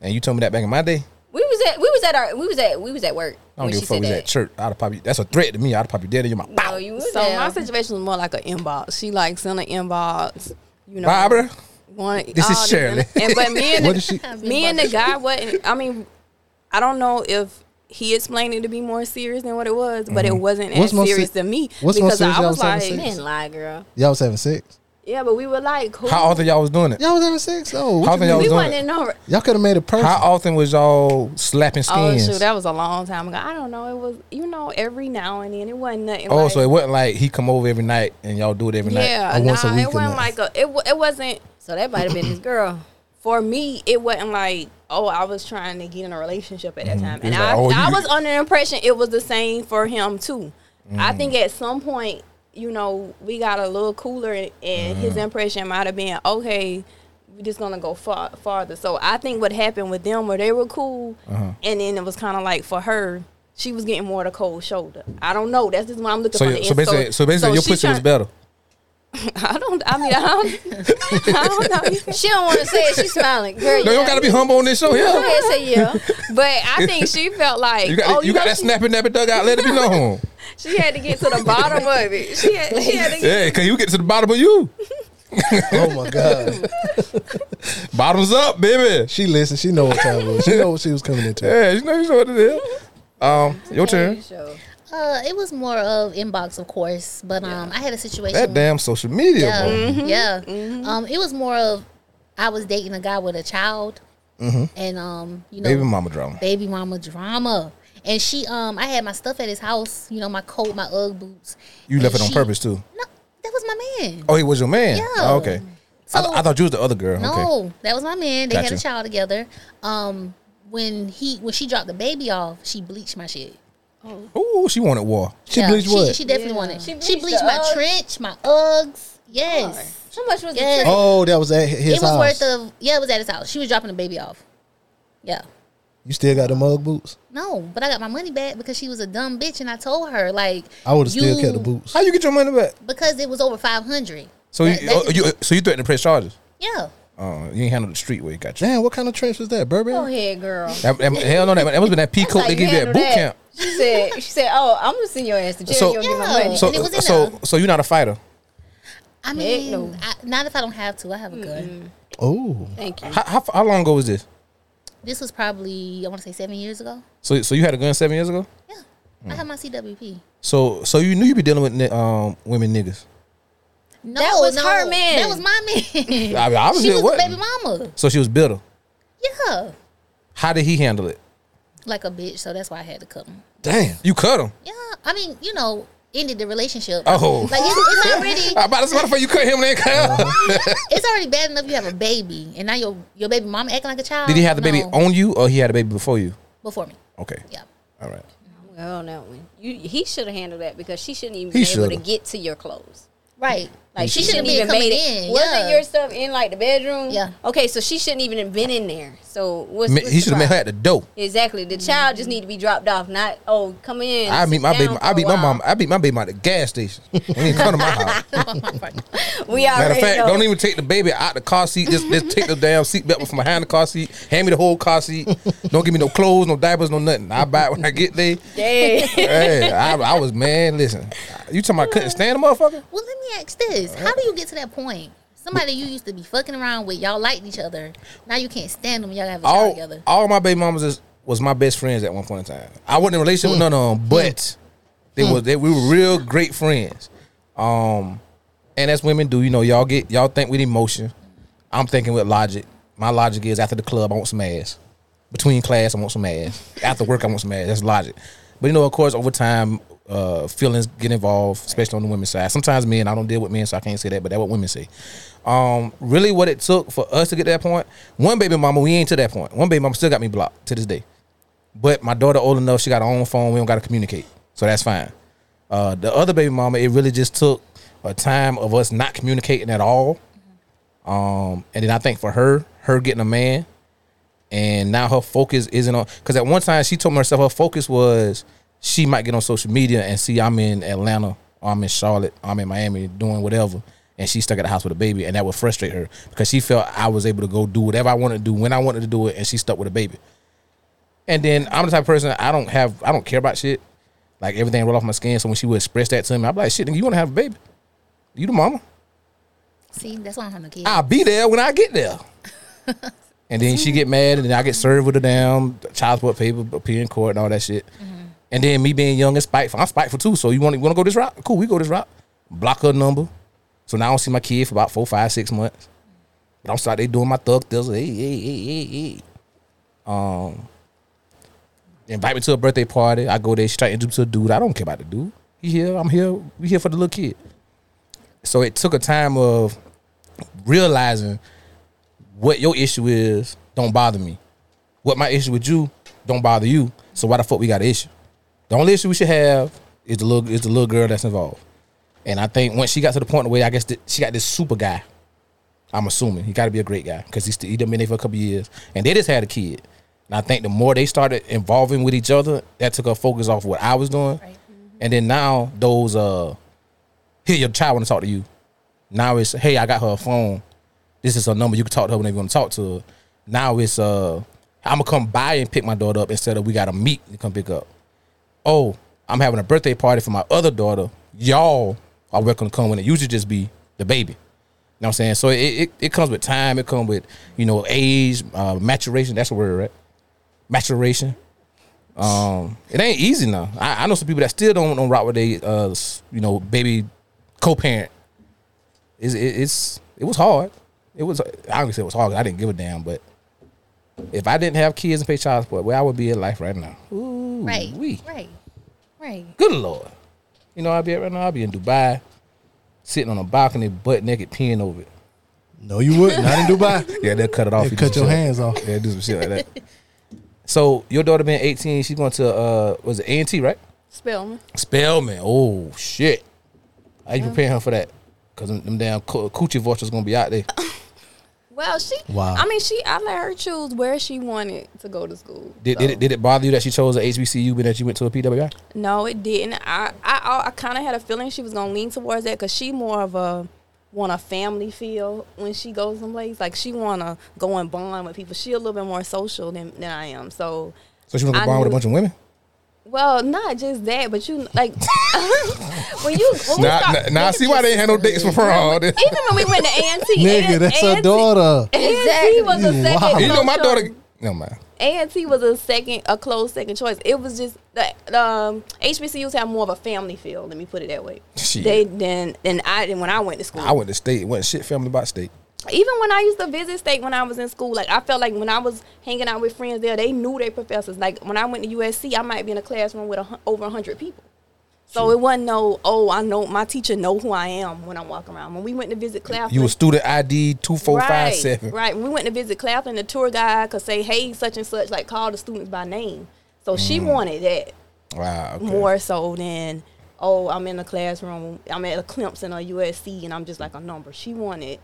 S2: and you told me that back in my day,
S4: We was at we was at our we was at we was at work
S2: I don't
S4: when
S2: give
S4: she
S2: a fuck.
S4: said
S2: Was
S4: that.
S2: at church? I'd probably that's a threat to me. I'd probably dead in your mouth.
S4: No, you was
S3: So my
S4: there.
S3: situation was more like an inbox. She like sent an inbox, you know.
S2: Barbara,
S3: One,
S2: is
S3: all
S2: Shirley.
S3: And, but me and
S5: What did she?
S3: me and the guy wasn't. I mean, I don't know if he explained it to be more serious than what it was, but it wasn't
S5: Mm-hmm. What's
S3: as
S5: more se-
S3: serious to me
S5: what's more
S3: because
S5: serious
S3: I
S5: y'all
S3: was
S5: was having
S3: like,
S5: sex?
S4: Man, lie, girl.
S5: Y'all was having sex.
S3: yeah, but we were like, cool.
S2: how often y'all was doing it?
S5: Y'all was having sex.
S2: How
S5: Oh, what you
S2: often y'all
S5: mean?
S2: was
S3: we
S2: doing
S3: wasn't
S2: it?
S3: in no.
S5: y'all could have made it personal.
S2: How often was y'all slapping
S3: Oh
S2: skins?
S3: shoot, that was a long time ago. I don't know. It was you know every now and then. It wasn't nothing.
S2: oh,
S3: like,
S2: so it wasn't like he come over every night and y'all do it every night.
S3: yeah,
S5: or
S3: nah,
S5: once a week
S3: it
S5: or
S3: wasn't
S5: nothing.
S3: like a. It wa- it wasn't
S4: So that might have been his girl.
S3: for me, it wasn't like, oh, I was trying to get in a relationship at that time. And
S2: It's
S3: I,
S2: like, oh,
S3: I
S2: you-
S3: was under the impression it was the same for him, too. I think
S2: Mm.
S3: at some point, you know, we got a little cooler, and, and his
S2: Mm.
S3: impression might have been, okay, we're just going to go far, farther. So I think what happened with them, where they were cool,
S2: Uh-huh.
S3: and then it was kind of like for her, she was getting more of the cold shoulder. I don't know. That's just what I'm looking
S2: So,
S3: for.
S2: so basically, so basically, your pussy was better.
S3: I don't. I mean, I don't. I don't know.
S4: She don't want to say it. She's smiling. Girl,
S2: No, you don't gotta be humble on this show
S4: Go
S2: here.
S4: ahead, say yeah.
S3: But I think she felt like
S2: You got,
S3: oh,
S2: you got
S3: know,
S2: that
S3: she-
S2: snapping napping dugout. Let it be known.
S3: She had to get to the bottom of it. She had, she had to get.
S2: yeah, cause you get to the bottom of you.
S5: oh my god.
S2: Bottoms up, baby.
S5: She listened. She know what time it was. She know what she was coming into.
S2: Yeah, you know you know what it is. Um, your turn.
S4: Show.
S1: uh, it was more of inbox, of course, but um, I had a situation.
S2: That damn social media,
S1: yeah, Mm-hmm.
S2: bro.
S1: yeah. Um, it was more of I was dating a guy with a child, and um, you know,
S2: Mm-hmm. Baby mama drama.
S1: baby mama drama. And she, um, I had my stuff at his house. You know, my coat, my UGG boots.
S2: You
S1: And
S2: left it on
S1: she-
S2: purpose too.
S1: No, that was my man.
S2: Oh, he was your man.
S1: Yeah.
S2: Oh, okay. I, th-
S1: So-
S2: I thought you was the other girl.
S1: No, that was my man. They had a
S2: Gotcha.
S1: child together. Um, when he when she dropped the baby off, she bleached my shit.
S2: Okay. Ooh, she wanted war. She
S1: Yeah,
S2: bleached
S1: She,
S2: what?
S1: she definitely
S3: Yeah.
S1: wanted. She
S4: She
S1: bleached,
S4: bleached the
S1: my
S4: Uggs?
S1: trench, my Uggs. Yes,
S4: How much was
S1: Yes.
S4: the trip?
S5: Oh, that was at his
S1: it was
S5: house.
S1: worth of. Yeah, it was at his house. She was dropping the baby off. Yeah.
S5: you still got the mug boots?
S1: No, but I got my money back because she was a dumb bitch, and I told her like
S5: I would have still
S1: you-
S5: kept the boots.
S2: How you get your money back?
S1: because it was over five hundred.
S2: So
S1: That-
S2: you,
S1: that
S2: oh,
S1: is-
S2: you so you threatened to press charges.
S1: Yeah.
S2: Oh, you ain't handle the street where you got you.
S5: Damn, what kind of trench was that, Burberry?
S4: Go ahead, girl.
S2: That, that, hell no, that, that must have been that pea coat
S4: That's
S2: they
S4: how
S2: give you at
S4: handle
S2: boot
S4: that.
S2: camp.
S4: She said, she said, oh, I'm gonna send your ass to jail.
S2: So-
S4: you gonna
S1: Yeah.
S4: get my money.
S2: So
S1: And it was in
S2: so
S1: there.
S2: so you're not a fighter.
S1: I mean,
S4: no.
S1: I, not if I don't have to. I have a gun.
S5: Oh,
S4: Thank you.
S2: How, how how long ago was this?
S1: This was probably I want to say seven years ago.
S2: So so you had a gun seven years ago.
S1: Yeah, I have my CWP.
S2: So so you knew you be dealing with ni- um women niggas.
S1: No,
S4: That was her man.
S1: That was my man.
S2: I mean, obviously
S1: she
S2: it
S1: was
S2: wasn't.
S1: the baby mama.
S2: So she was bitter.
S1: Yeah,
S2: How did he handle it?
S1: like a bitch. So that's why I had to cut him.
S5: damn.
S2: You cut him.
S1: Yeah, I mean, you know, ended the relationship.
S2: Oh.
S1: like it's, it's already
S2: I about to motherfucker, you cut him and then cut him.
S1: Uh-huh. it's already bad enough you have a baby, and now your your baby mama acting like a child.
S2: Did he have the baby
S1: No,
S2: on you or he had a baby before you?
S1: before me?
S2: Okay.
S1: Yeah.
S2: All right.
S4: Well, on that one, you he should have handled that because she shouldn't even
S2: He
S4: be able to
S2: shoulda.
S4: get to your clothes.
S1: Right.
S4: Like she,
S1: She
S4: shouldn't
S1: shouldn't be
S4: even made
S1: coming
S4: it.
S1: in,
S4: Wasn't
S1: yeah.
S4: your stuff in like the bedroom?
S1: Yeah.
S4: Okay, so she shouldn't even have been in there. So what's,
S2: Ma-
S4: what's
S2: He
S4: the
S2: should have met her
S4: problem?
S2: at the door.
S4: Exactly. The child just need to be dropped off. Not oh, come in.
S2: I
S4: sit
S2: meet my
S4: down
S2: baby.
S4: for
S2: I
S4: a
S2: beat my
S4: while."
S2: mom. I beat my baby mom at the gas station. Ain't even come to my house.
S4: We
S2: Matter
S4: already
S2: of fact,
S4: know.
S2: don't even take the baby out the car seat. Just, just take the damn seat belt from behind the car seat. Hand me the whole car seat. Don't give me no clothes, no diapers, no nothing. I buy it when I get there.
S4: Yeah.
S2: Hey, I, I was man. Listen, you talking about I couldn't stand a motherfucker?
S1: Well, let me ask this: How do you get to that point? Somebody you used to be fucking around with, y'all liked each other. Now you can't stand them. Y'all have a child
S2: All
S1: together.
S2: all my baby mamas is, was my best friends at one point in time. I wasn't in a relationship with none of them, but they was they, we were real great friends. Um, and as women do, you know, y'all get y'all think with emotion. I'm thinking with logic. My logic is after the club, I want some ass. Between class, I want some ass. After work, I want some ass. That's logic. But you know, of course, over time, uh, feelings get involved, especially on the women's side. Sometimes men, I don't deal with men, so I can't say that, but that's what women say. Um, really, what it took for us to get to that point, one baby mama, we ain't to that point. One baby mama still got me blocked to this day. But my daughter old enough, she got her own phone. We don't got to communicate, so that's fine. Uh, the other baby mama, it really just took a time of us not communicating at all. Um, and then I think for her, her getting a man, and now her focus isn't on. Because at one time she told me herself her focus was she might get on social media and see I'm in Atlanta, or I'm in Charlotte, or I'm in Miami doing whatever, and she's stuck at the house with a baby, and that would frustrate her because she felt I was able to go do whatever I wanted to do when I wanted to do it, and she's stuck with a baby. And then I'm the type of person I don't have I don't care about shit. Like everything roll off my skin. So when she would express that to me, I'm like, shit, nigga, you wanna have a baby? You the mama?
S1: See, that's why I don't have no kids.
S2: I'll be there when I get there. and then she get mad, and then I get served with a damn child support paper, appear in court, and all that shit. And then me being young and spiteful, I'm spiteful too. So you want to want to go this route? Cool, we go this route. Block her number, so now I don't see my kid for about four, five, six months. But I'm starting doing my thug thizzle. Hey, hey, hey, hey, hey. Um, invite me to a birthday party. I go there. She try to introduce me to a dude. I don't care about the dude. He here. I'm here. We here for the little kid. So it took a time of realizing what your issue is don't bother me. What my issue with you don't bother you. So why the fuck we got an issue? The only issue we should have is the little is the little girl that's involved. And I think once she got to the point where I guess that she got this super guy. I'm assuming he got to be a great guy because he's he done been there for a couple years, and they just had a kid. And I think the more they started involving with each other, that took her focus off what I was doing.
S1: Right.
S2: And then now those uh, here your child want to talk to you. Now it's hey, I got her a phone. This is her number. You can talk to her whenever you want to talk to her. Now it's uh, I'm gonna come by and pick my daughter up instead of we gotta meet and come pick up. Oh, I'm having a birthday party for my other daughter. Y'all are welcome to come when it usually just be the baby. You know what I'm saying? So it, it, it comes with time. It comes with you know age, uh, maturation. That's the word, right? Maturation. Um, it ain't easy now. I, I know some people that still don't don't rock with they uh s- you know baby co-parent. It's, it, it's it was hard. It was I obviously it was hard. 'cause I didn't give a damn. But if I didn't have kids and pay child support, where I would be in life right now? Ooh,
S1: right,
S2: wee.
S1: right, right.
S2: Good lord. You know I'd be at right now. I'd be in Dubai, sitting on a balcony, butt naked, peeing over it.
S5: No, you wouldn't. Not in Dubai.
S2: Yeah, they'll cut it off.
S5: They
S2: You
S5: cut
S2: do
S5: your
S2: shit.
S5: hands off.
S2: Yeah, do some shit like that. So your daughter being 18, she's going to uh was it A and T, right?
S3: Spellman.
S2: Spellman. Oh shit. How you preparing her for that? Cause them, them damn co- coochie vultures gonna be out there.
S3: Well, she.
S5: Wow.
S3: I mean, she. I let her choose where she wanted to go to school.
S2: Did, did, it, did it bother you that she chose a HBCU but that you went to a PWI?
S3: No, it didn't. I. I. I kind of had a feeling she was gonna lean towards that because she more of a want a family feel when she goes someplace. Like she wanna go and bond with people. She a little bit more social than than I am. So.
S2: So she went to
S3: I
S2: bond with a
S3: knew-
S2: bunch of women.
S3: Well, not just that, but you like when you when we
S2: Now,
S3: start,
S2: now, now I see why they ain't had no dates for her. all this.
S3: even when we went to A&T,
S5: Nigga, that's her
S3: A&T
S5: daughter.
S4: Exactly.
S3: A&T was a
S5: Wow.
S3: second.
S2: You know my
S3: close
S2: daughter.
S3: choice.
S2: No mind.
S3: A&T was a second, a close second choice. It was just the um, HBCUs have more of a family feel. Let me put it that way.
S2: Shit.
S3: They than than I than when I went to school.
S2: I went to state. Wasn't shit family about state.
S3: even when I used to visit state when I was in school, like I felt like when I was hanging out with friends there, they knew their professors. Like when I went to USC, I might be in a classroom with a, hun- over hundred people. So it wasn't no, oh, I know my teacher know who I am when I'm walking around. When we went to visit Claflin,
S2: You was student ID two four five seven.
S3: Right. When we went to visit Claflin, the tour guide could say, hey, such and such, like call the students by name. So she wanted that
S2: Wow. Mm. okay.
S3: more so than oh, I'm in a classroom, I'm at a Clemson or USC, and I'm just like a number. She wanted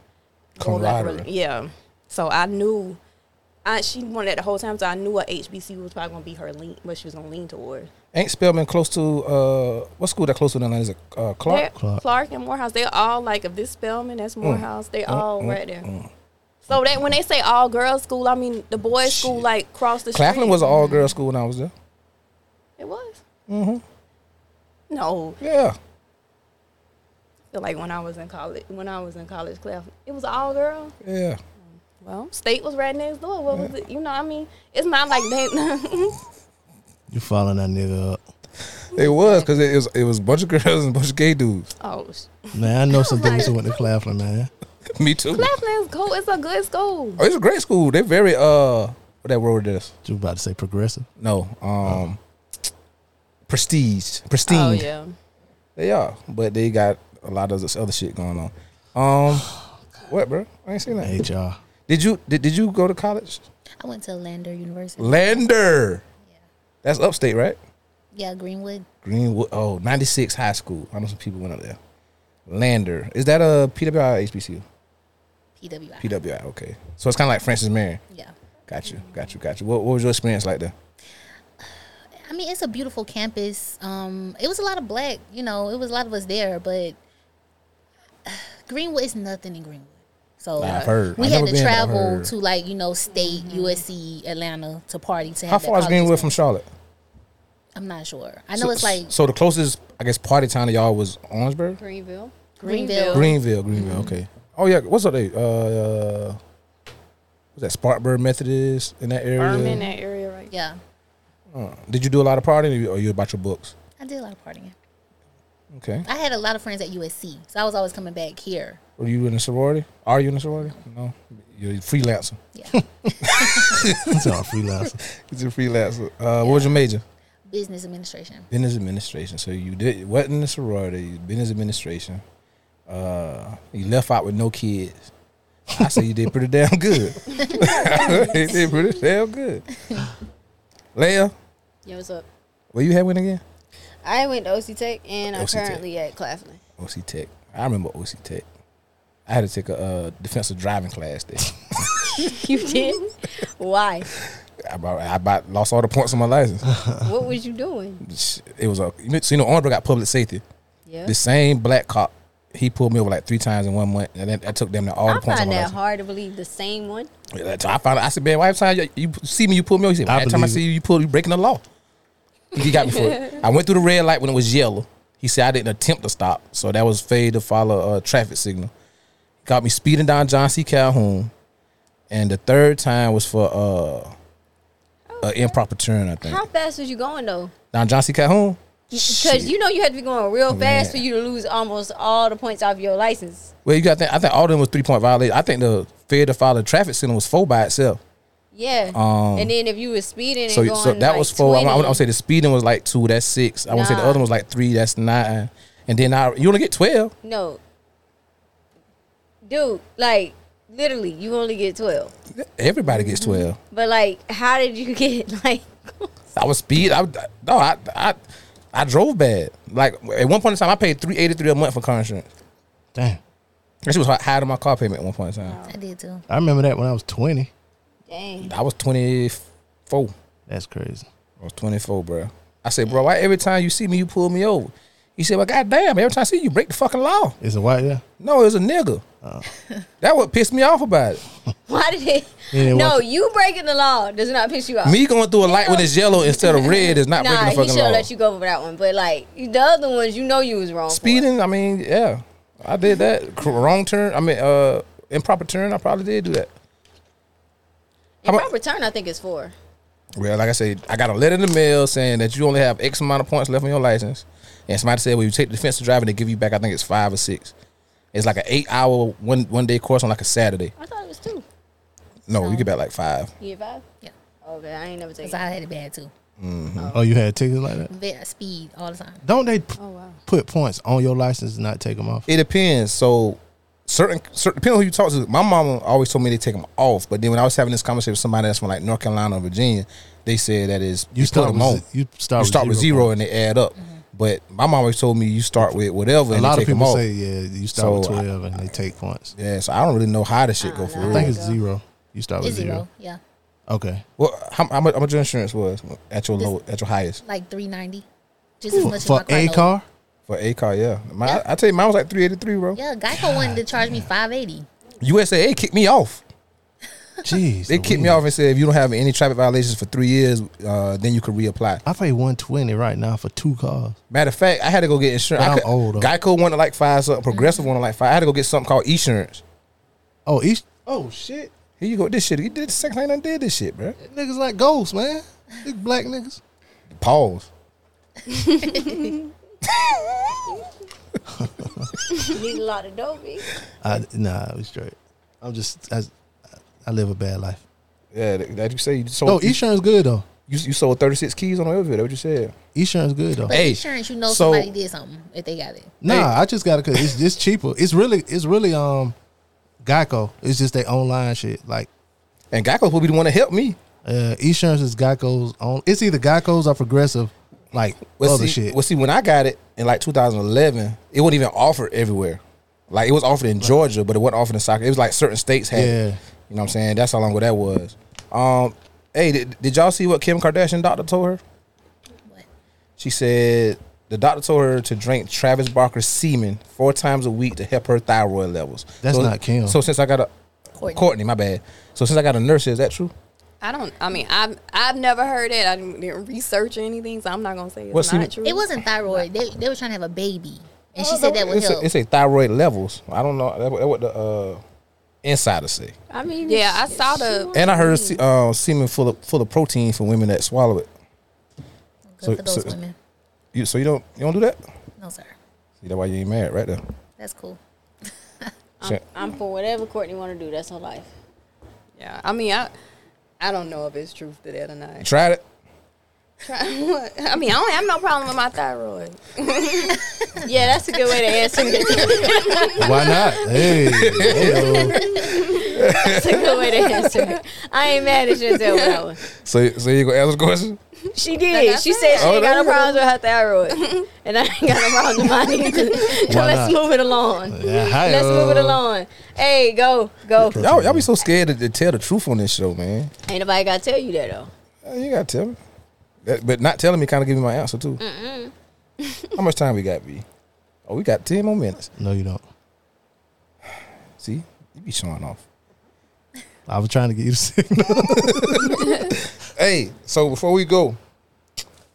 S3: going back to rela-
S2: Camaraderie.
S3: yeah. So I knew, I she wanted that the whole time. So I knew what HBCU was probably gonna be her lean, what she was gonna lean toward.
S2: Ain't Spelman close to uh what school that close to Atlanta is it? Uh, Clark.
S3: They're- Clark. and Morehouse, they're all like if this Spelman, that's Morehouse. They all right there. So that when they say all girls school, I mean the boys school like cross the street.
S2: Claflin was an all girl school when I was there.
S3: It was. Mm-hmm. No,
S2: Yeah.
S3: feel like when I was in college, when I was in college, Clef, it was all girl.
S2: Yeah.
S3: Well, state was right next door. What was it? You know, I mean, it's not like they.
S5: You following that nigga up.
S2: It was because it was it was a bunch of girls and a bunch of gay dudes.
S3: oh, sh-
S5: Man, I know some dudes who went to Claflin, man.
S2: Me too.
S3: Cleflin's cool. It's a good school.
S2: Oh, it's a great school. They're very uh what that word is?
S5: You about to say progressive.
S2: No. Um prestige. Pristine.
S3: Oh yeah.
S2: They are. But they got a lot of this other shit going on. Um what bro? I ain't seen that.
S5: HR.
S2: Did you did, did you go to college?
S1: I went to Lander University.
S2: Lander. That's upstate, right?
S1: Yeah, Greenwood.
S2: Greenwood. Oh, 96 High School. I know some people went up there. Lander. Is that a PWI or HBCU?
S1: PWI.
S2: PWI, okay. So it's kind of like Francis Marion.
S1: yeah.
S2: Got you, got you, got you. What, what was your experience like there?
S1: I mean, it's a beautiful campus. Um, it was a lot of black, you know, it was a lot of us there, but Greenwood is nothing in Greenwood. So
S2: I've heard.
S1: we
S2: I've
S1: had
S2: never
S1: to
S2: been, but I've
S1: travel
S2: heard.
S1: to like you know state USC Atlanta to party to have.
S2: How
S1: that
S2: far is
S1: college
S2: Greenwood from
S1: experience.
S2: Charlotte?
S1: I'm not sure. I know it's like
S2: So the closest, I guess, party town to y'all was Orangeburg?
S3: Greenville.
S1: Greenville. Mm-hmm.
S2: Greenville, Greenville, okay. Oh, yeah. What's up there? Uh, was that Spartanburg Methodist in that area?
S3: Berman, that area right there.
S1: yeah,
S2: Did you do a lot of partying or you- or you about your books?
S1: I did a lot of partying.
S2: Okay.
S1: I had a lot of friends at USC, so I was always coming back here.
S2: Were you in a sorority? Are you in a sorority? No. You're a freelancer.
S1: Yeah,
S5: It's all freelancer.
S2: He's a freelancer. Uh, What was your major?
S1: business administration.
S2: Business administration. So you did wasn't in the sorority. you Business administration. Uh, you left out with no kids. I say you did pretty damn good. you did pretty damn good. Leia,
S4: Yo, what's up?
S2: where you had went again?
S4: I went to OC Tech and I'm
S2: OC Tech.
S4: currently at Claflin.
S2: OC Tech. I remember OC Tech. I had to take a uh, defensive driving class there.
S4: You did? Why?
S2: I about, I about lost all the points on my license.
S4: What was you doing?
S2: It was a so you know Orangeburg got public safety.
S4: Yeah.
S2: The same black cop, he pulled me over like three times in one month, and then I took them to all
S4: I
S2: the points on
S4: find
S2: my
S4: that
S2: license.
S4: hard to believe the same one.
S2: Yeah, that's how I found out. I said, man, why every time you, you see me, you pull me over? He said,
S5: I
S2: every time I
S5: believe
S2: see you, you pull, you breaking the law. He got me for it. I went through the red light when it was yellow. He said I didn't attempt to stop, so that was failed to follow a traffic signal. Got me speeding down John C. Calhoun, and the third time was for uh, an improper turn, I think.
S4: How fast was you going though?
S2: Down John C. Calhoun. Shit. Oh,
S4: Because you know you had to be going real fast for
S2: Man.
S4: you to lose almost all the points off your license.
S2: Well, you got that. I think all of them was three point violation. I think the failure to follow the traffic signal was four by itself.
S4: Yeah.
S2: Um,
S4: and then if you was speeding and
S2: So,
S4: going
S2: so that
S4: like
S2: was four. I, I
S4: 20,
S2: would I would say the speeding was like two. That's six. I want to say the
S4: Nah.
S2: other one was like three. That's nine. And then I, you only get twelve.
S4: No. Dude, like literally, you only get twelve.
S2: Everybody
S4: Mm-hmm.
S2: gets twelve.
S4: But like, how did you get like?
S2: I was speed. I would- no. I I I drove bad. Like at one point in time, I paid three eighty three a month for car insurance.
S5: Damn.
S2: That shit was hi- higher than my car payment at one point in time.
S1: I did too.
S5: I remember that when I was 20.
S4: Dang.
S2: I was twenty four.
S5: That's crazy.
S2: I was 24, bro. I said, bro, why every time you see me, you pull me over? He said, well, goddamn, every time I see you, you break the fucking law.
S5: Is it white there?
S2: No, it was a nigga. That what pissed me off about it.
S4: Why did it?
S5: Yeah,
S4: no,
S5: what-
S4: you breaking the law does not piss you off.
S2: Me going through a light when it's yellow instead of red is not
S4: nah, he
S2: breaking the
S4: should
S2: fucking law.
S4: have let you go for that one. But like the other ones, you know you was wrong. for.
S2: Speeding, I mean, yeah. I did that. Cr- Wrong turn, I mean, uh, improper turn, I probably did do that.
S4: And
S2: about-
S4: proper turn, I think is four.
S2: Well, like I said, I got a letter in the mail saying that you only have X amount of points left on your license. And somebody said, well, you take the defensive driving, they give you back, I think it's five or six. It's like an eight hour, one one day course on like a Saturday.
S4: I thought it was two.
S2: No, you get back like five.
S4: You get five?
S1: Yeah,
S4: Okay, I ain't never taken.
S1: 'Cause I had it bad too.
S5: Oh, you had tickets like that?
S1: Ve- Speed all the time.
S5: Don't they p-
S3: Oh wow.
S5: put points on your license and not take them off?
S2: It depends. So certain, certain depending on who you talk to. My mama always told me they take them off, but then when I was having this conversation with somebody that's from like North Carolina or Virginia, they said that is
S5: You
S2: put
S5: start
S2: 'em
S5: with
S2: on.
S5: ze- you start with
S2: start with
S5: zero
S2: zero and they add up. But my mom always told me you start with whatever.
S5: A
S2: and
S5: lot of people
S2: say,
S5: say, yeah, you start
S2: So,
S5: with 12 and they take points.
S2: yeah. So I don't really know how the shit go for
S1: no.
S5: I
S2: real.
S5: think it's zero. You
S2: Oh,
S5: start with
S1: It's
S5: zero.
S1: zero. Yeah.
S5: Okay.
S2: Well, how, how, much, how much your insurance was at your low, at your highest
S1: Like 390. Just as much as my
S5: For
S1: car
S5: a
S1: note.
S5: car?
S2: for a car? Yeah, my,
S1: Yeah.
S2: I tell you, mine was like three eighty three, bro.
S1: Yeah, Geico wanted to charge me 580.
S2: USAA kicked me off.
S5: Jeez.
S2: They kicked me off and said if you don't have any traffic violations for three years, uh, then you can reapply.
S5: I pay 120 right now for two cars.
S2: Matter of fact, I had to go get insurance.
S5: But
S2: I
S5: I'm
S2: could-
S5: old, though. Mm-hmm.
S2: Geico wanted like five, something. Progressive wanted like five. I had to go get something called insurance.
S5: Oh, each. Oh, shit.
S2: Here you go, with this shit. You did the second thing I done did this shit, bro.
S5: Niggas like ghosts, man. Big black niggas.
S2: Pause.
S4: Need a lot of dopey.
S5: I, nah, we straight. I'm just, I, I live a bad life.
S2: Yeah, that, that you say you sold.
S5: No,
S2: you,
S5: insurance good, though.
S2: you, you sold thirty six keys on the That what you said.
S5: Insurance good, though.
S1: But
S2: Hey,
S1: insurance, you know
S2: so-
S1: somebody did something if they got it.
S5: Nah, I just gotta cause it's it's cheaper. It's really it's really um Geico. It's just their online shit. Like
S2: And Geico will be the one that helped me.
S5: uh insurance is Geico's own it's either Geico's or progressive, like
S2: Well,
S5: other
S2: see,
S5: shit.
S2: well, see, when I got it in like 2011, it wasn't even offered everywhere. Like it was offered in Georgia, but it wasn't offered in South. It was like certain states had.
S5: Yeah.
S2: It. You know what I'm saying? That's how long ago that was. Um, hey, did, did y'all see what Kim Kardashian doctor told her?
S1: What?
S2: She said the doctor told her to drink Travis Barker's semen four times a week to help her thyroid levels.
S5: That's
S2: So-
S5: not Kim.
S2: So since I got a
S1: Courtney.
S2: Courtney. my bad. So since I got a nurse, is that true?
S3: I don't. I mean, I've I've never heard it. I didn't, didn't research or anything, so I'm not gonna say it's
S2: What's
S3: not
S2: it-
S3: true.
S1: It wasn't thyroid. They, they were trying to have a baby. And she said that would
S2: Oh, it's
S1: help.
S2: A, it's a thyroid levels. I don't know. That, that what the uh, insider say.
S4: I mean,
S3: Yeah, I
S4: it's- it's
S3: saw the-
S4: sure.
S2: And I
S1: Oh,
S2: heard se- uh, semen full of full of protein for women that swallow it.
S1: Good
S2: so-
S1: for those
S2: so-
S1: women.
S2: You, so you don't you don't do that.
S1: No, sir.
S2: See that's why you ain't married right there.
S1: That's cool. Uh.
S2: Shan-
S4: I'm for whatever Courtney want to do. That's her life.
S3: Yeah, I mean, I I don't know if it's truth to that or not.
S2: Tried it.
S3: Try what? I mean, I don't have no problem with my thyroid.
S4: Yeah, that's a good way to answer it.
S5: Why not? Hey, hey
S4: That's a good way to answer it. I ain't mad at Giselle with that one.
S2: So so you gonna answer the question?
S4: She did.
S3: Like I
S4: she
S3: said.
S4: said she ain't got
S2: Oh,
S4: no problems with her thyroid. and I ain't got no problems with mine either. So
S5: Why
S4: let's
S5: not?
S4: move it along.
S5: Yeah, hi-yo.
S4: let's move it along. Hey, go, go.
S2: Y'all y'all be so scared to, to tell the truth on this show, man.
S4: Ain't nobody got to tell you that, though.
S2: Uh, You gotta tell me. That- but not telling me kind of give me my answer too. How much time we got, B? Oh, we got ten more minutes.
S5: No, you don't.
S2: See, you be showing off.
S5: I was trying to get you to signal.
S2: Hey, so before we go,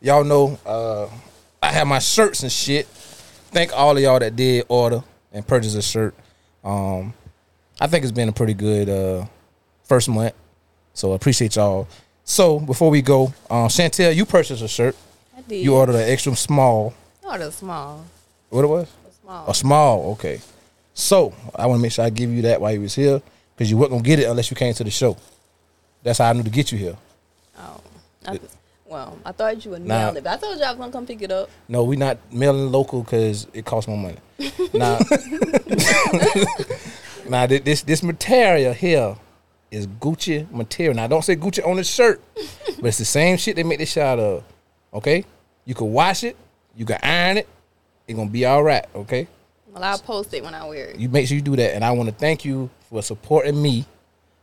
S2: y'all know uh, I have my shirts and shit. Thank all of y'all that did order and purchase a shirt. Um, I think it's been a pretty good uh, first month, so I appreciate y'all. So before we go, um, Chantel, you purchased a shirt.
S3: I did.
S2: You ordered an extra small.
S3: Or the small,
S2: What it was?
S3: the small.
S2: A small. Okay. So I want to make sure I give you that while you was here, because you weren't gonna get it unless you came to the show. That's how I knew to get you here.
S3: Oh, I th- well, I thought you would
S2: Nah.
S3: nail it. But I told you I was gonna come pick it up.
S2: No, we not mailing local because it costs more money. now, now thi- this this material here is Gucci material. Now, don't say Gucci on the shirt, but it's the same shit they make this shit out of. Okay, you can wash it, you can iron it, it's gonna be all right. Okay,
S3: Well, I'll post it when I wear it.
S2: you make sure you do that, and I want to thank you for supporting me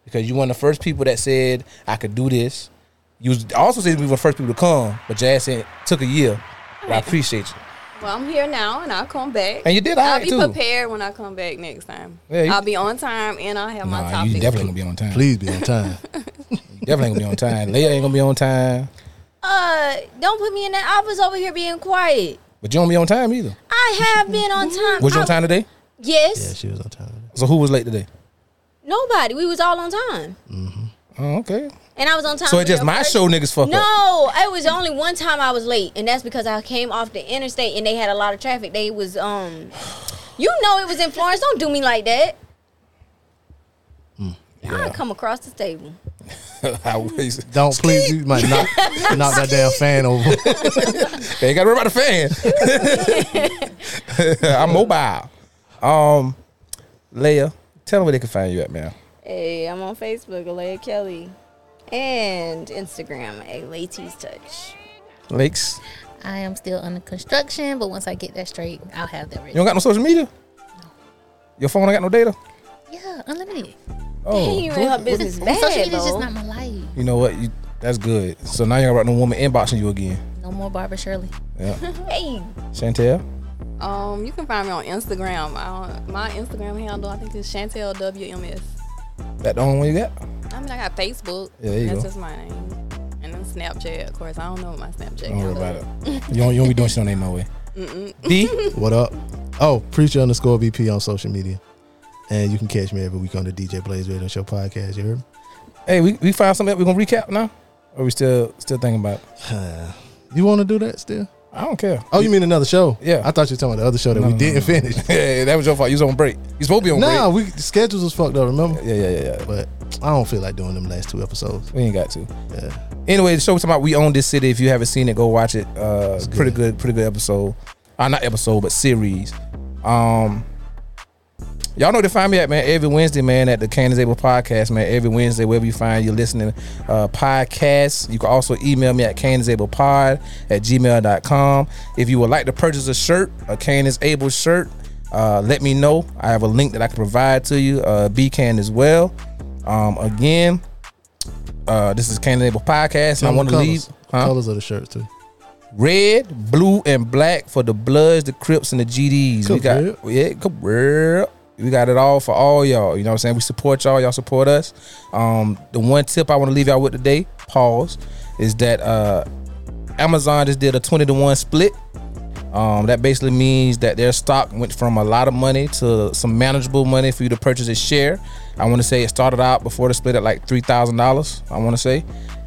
S2: because you one of the first people that said I could do this. You was- also said we were the first people to come, but Jazz said it took a year. But I appreciate you.
S3: Well, I'm here now, and I'll come back.
S2: And you did
S3: I'll
S2: alright,
S3: be
S2: too.
S3: prepared when I come back next time.
S2: Yeah, you-
S3: I'll be on time, and I'll have my
S2: Nah,
S3: topic.
S2: you definitely gonna be on time.
S5: Please be on time.
S2: Definitely ain't gonna be on time. Leia ain't gonna be on time.
S4: Uh, don't put me in that. I was over here being quiet.
S2: But you don't be on time either.
S4: I have been on time.
S2: Was you
S4: I-
S2: on time today?
S5: Yeah,
S4: Yes.
S5: she was on time.
S2: So who was late today?
S4: Nobody. We was all on time.
S2: Oh, okay.
S4: And I was on time.
S2: So
S4: for
S2: it's just
S4: your
S2: my
S4: first-
S2: show niggas fuck up.
S4: No, it was only one time I was late, and that's because I came off the interstate and they had a lot of traffic. They was um, you know, it was in Florence. Don't do me like that.
S2: Mm,
S4: I come across the table.
S2: I was-
S5: Don't please you might knock knock that damn fan over.
S2: they ain't gotta worry about the fan. I'm mobile. Um Leia, tell them where they can find you at, man.
S4: Hey, I'm on Facebook, Alea Kelly, and Instagram, A Ladies Touch.
S2: Lakes.
S1: I am still under construction, but once I get that straight, I'll have that
S2: You
S1: ready.
S2: don't got no social media? Your phone ain't got no data?
S1: Yeah, unlimited.
S2: Oh.
S4: you ran her business bad,
S1: Social media is just
S4: though.
S1: not my life.
S2: You know what? You, that's good. So now you ain't got no woman inboxing you again.
S1: No more Barbara Shirley.
S2: Yeah.
S4: Hey,
S2: Chantel?
S3: Um, you can find me on Instagram. I don't, my Instagram handle, I think, is Chantel WMS.
S2: That the only one you got?
S3: I mean, I got Facebook.
S2: Yeah, there you
S3: That's
S2: go.
S3: just my name. And then Snapchat, of course. I don't know what my Snapchat
S2: Don't worry
S3: handle.
S2: about
S3: is.
S2: it. You don't, you don't be doing shit on name no way. D?
S5: What up? Oh, preacher underscore VP on social media. And you can catch me every week on the DJ Blaze Radio Show podcast. You heard? me?
S2: Hey, we, we found something that we're going to recap now? Or we still still thinking about it?
S5: You want to do that still?
S2: I don't care.
S5: Oh, you mean another show?
S2: Yeah.
S5: I thought you were talking about the other show that
S2: No,
S5: we
S2: no,
S5: didn't finish.
S2: yeah, that was your fault. You was on break. You supposed to be on
S5: nah, we the schedules was fucked up. Remember?
S2: break. Yeah, yeah, yeah, yeah.
S5: But I don't feel like doing them last two episodes.
S2: We ain't got to.
S5: Yeah.
S2: Anyway, the show we're talking about We Own This City. If you haven't seen it, go watch it. Uh
S5: good.
S2: pretty good, pretty good episode. Uh, not episode, but series. Um Y'all know where to find me at man every Wednesday, man, at the Can is Able Podcast, man. Every Wednesday, wherever you find your listening uh podcasts. You can also email me at canisablepod at gmail.com. If you would like to purchase a shirt, a Can is Able shirt, uh, let me know. I have a link that I can provide to you, uh B can as well. Um again, uh this is Can is Able Podcast, and I want to leave
S5: colors.
S2: huh?
S5: colors of the shirts too.
S2: red, blue, and black for the Bloods, the Crips, and the GDs. we got
S5: Correct.
S2: yeah, correct. we got it all for all y'all. You know what I'm saying? We support y'all. Y'all support us. Um, the one tip I want to leave y'all with today, pause, is that uh, Amazon just did a twenty to one split. Um, that basically means that their stock went from a lot of money to some manageable money for you to purchase a share. I want to say it started out before the split at like three thousand dollars. I want to say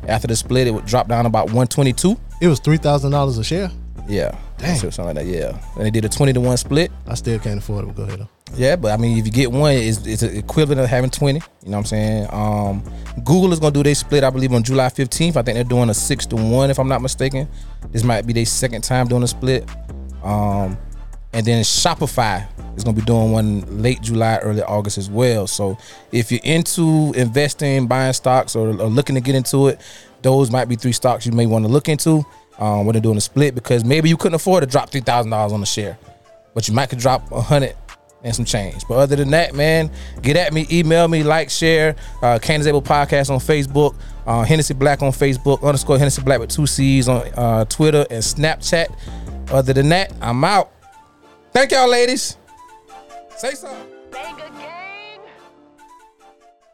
S2: after the split it would drop down about one twenty two.
S5: It was three thousand dollars a share.
S2: Yeah.
S5: Dang.
S2: Something like that. Yeah. And they did a 20 to 1 split.
S5: I still can't afford it. But go ahead. though.
S2: Yeah, but I mean, if you get one, it's, it's equivalent of having 20. You know what I'm saying? Um, Google is going to do their split, I believe, on July 15th. I think they're doing a 6 to 1, if I'm not mistaken. This might be their second time doing a split. Um, and then Shopify is going to be doing one late July, early August as well. So if you're into investing, buying stocks, or, or looking to get into it, those might be three stocks you may want to look into um, when they're doing a split because maybe you couldn't afford to drop three thousand dollars on a share, but you might could drop a hundred and some change. But other than that, man, get at me, email me, like, share, uh, Candace Able Podcast on Facebook, uh, Hennessy Black on Facebook, underscore Hennessy Black with two C's on uh, Twitter and Snapchat. Other than that, I'm out. Thank y'all, ladies. Say something.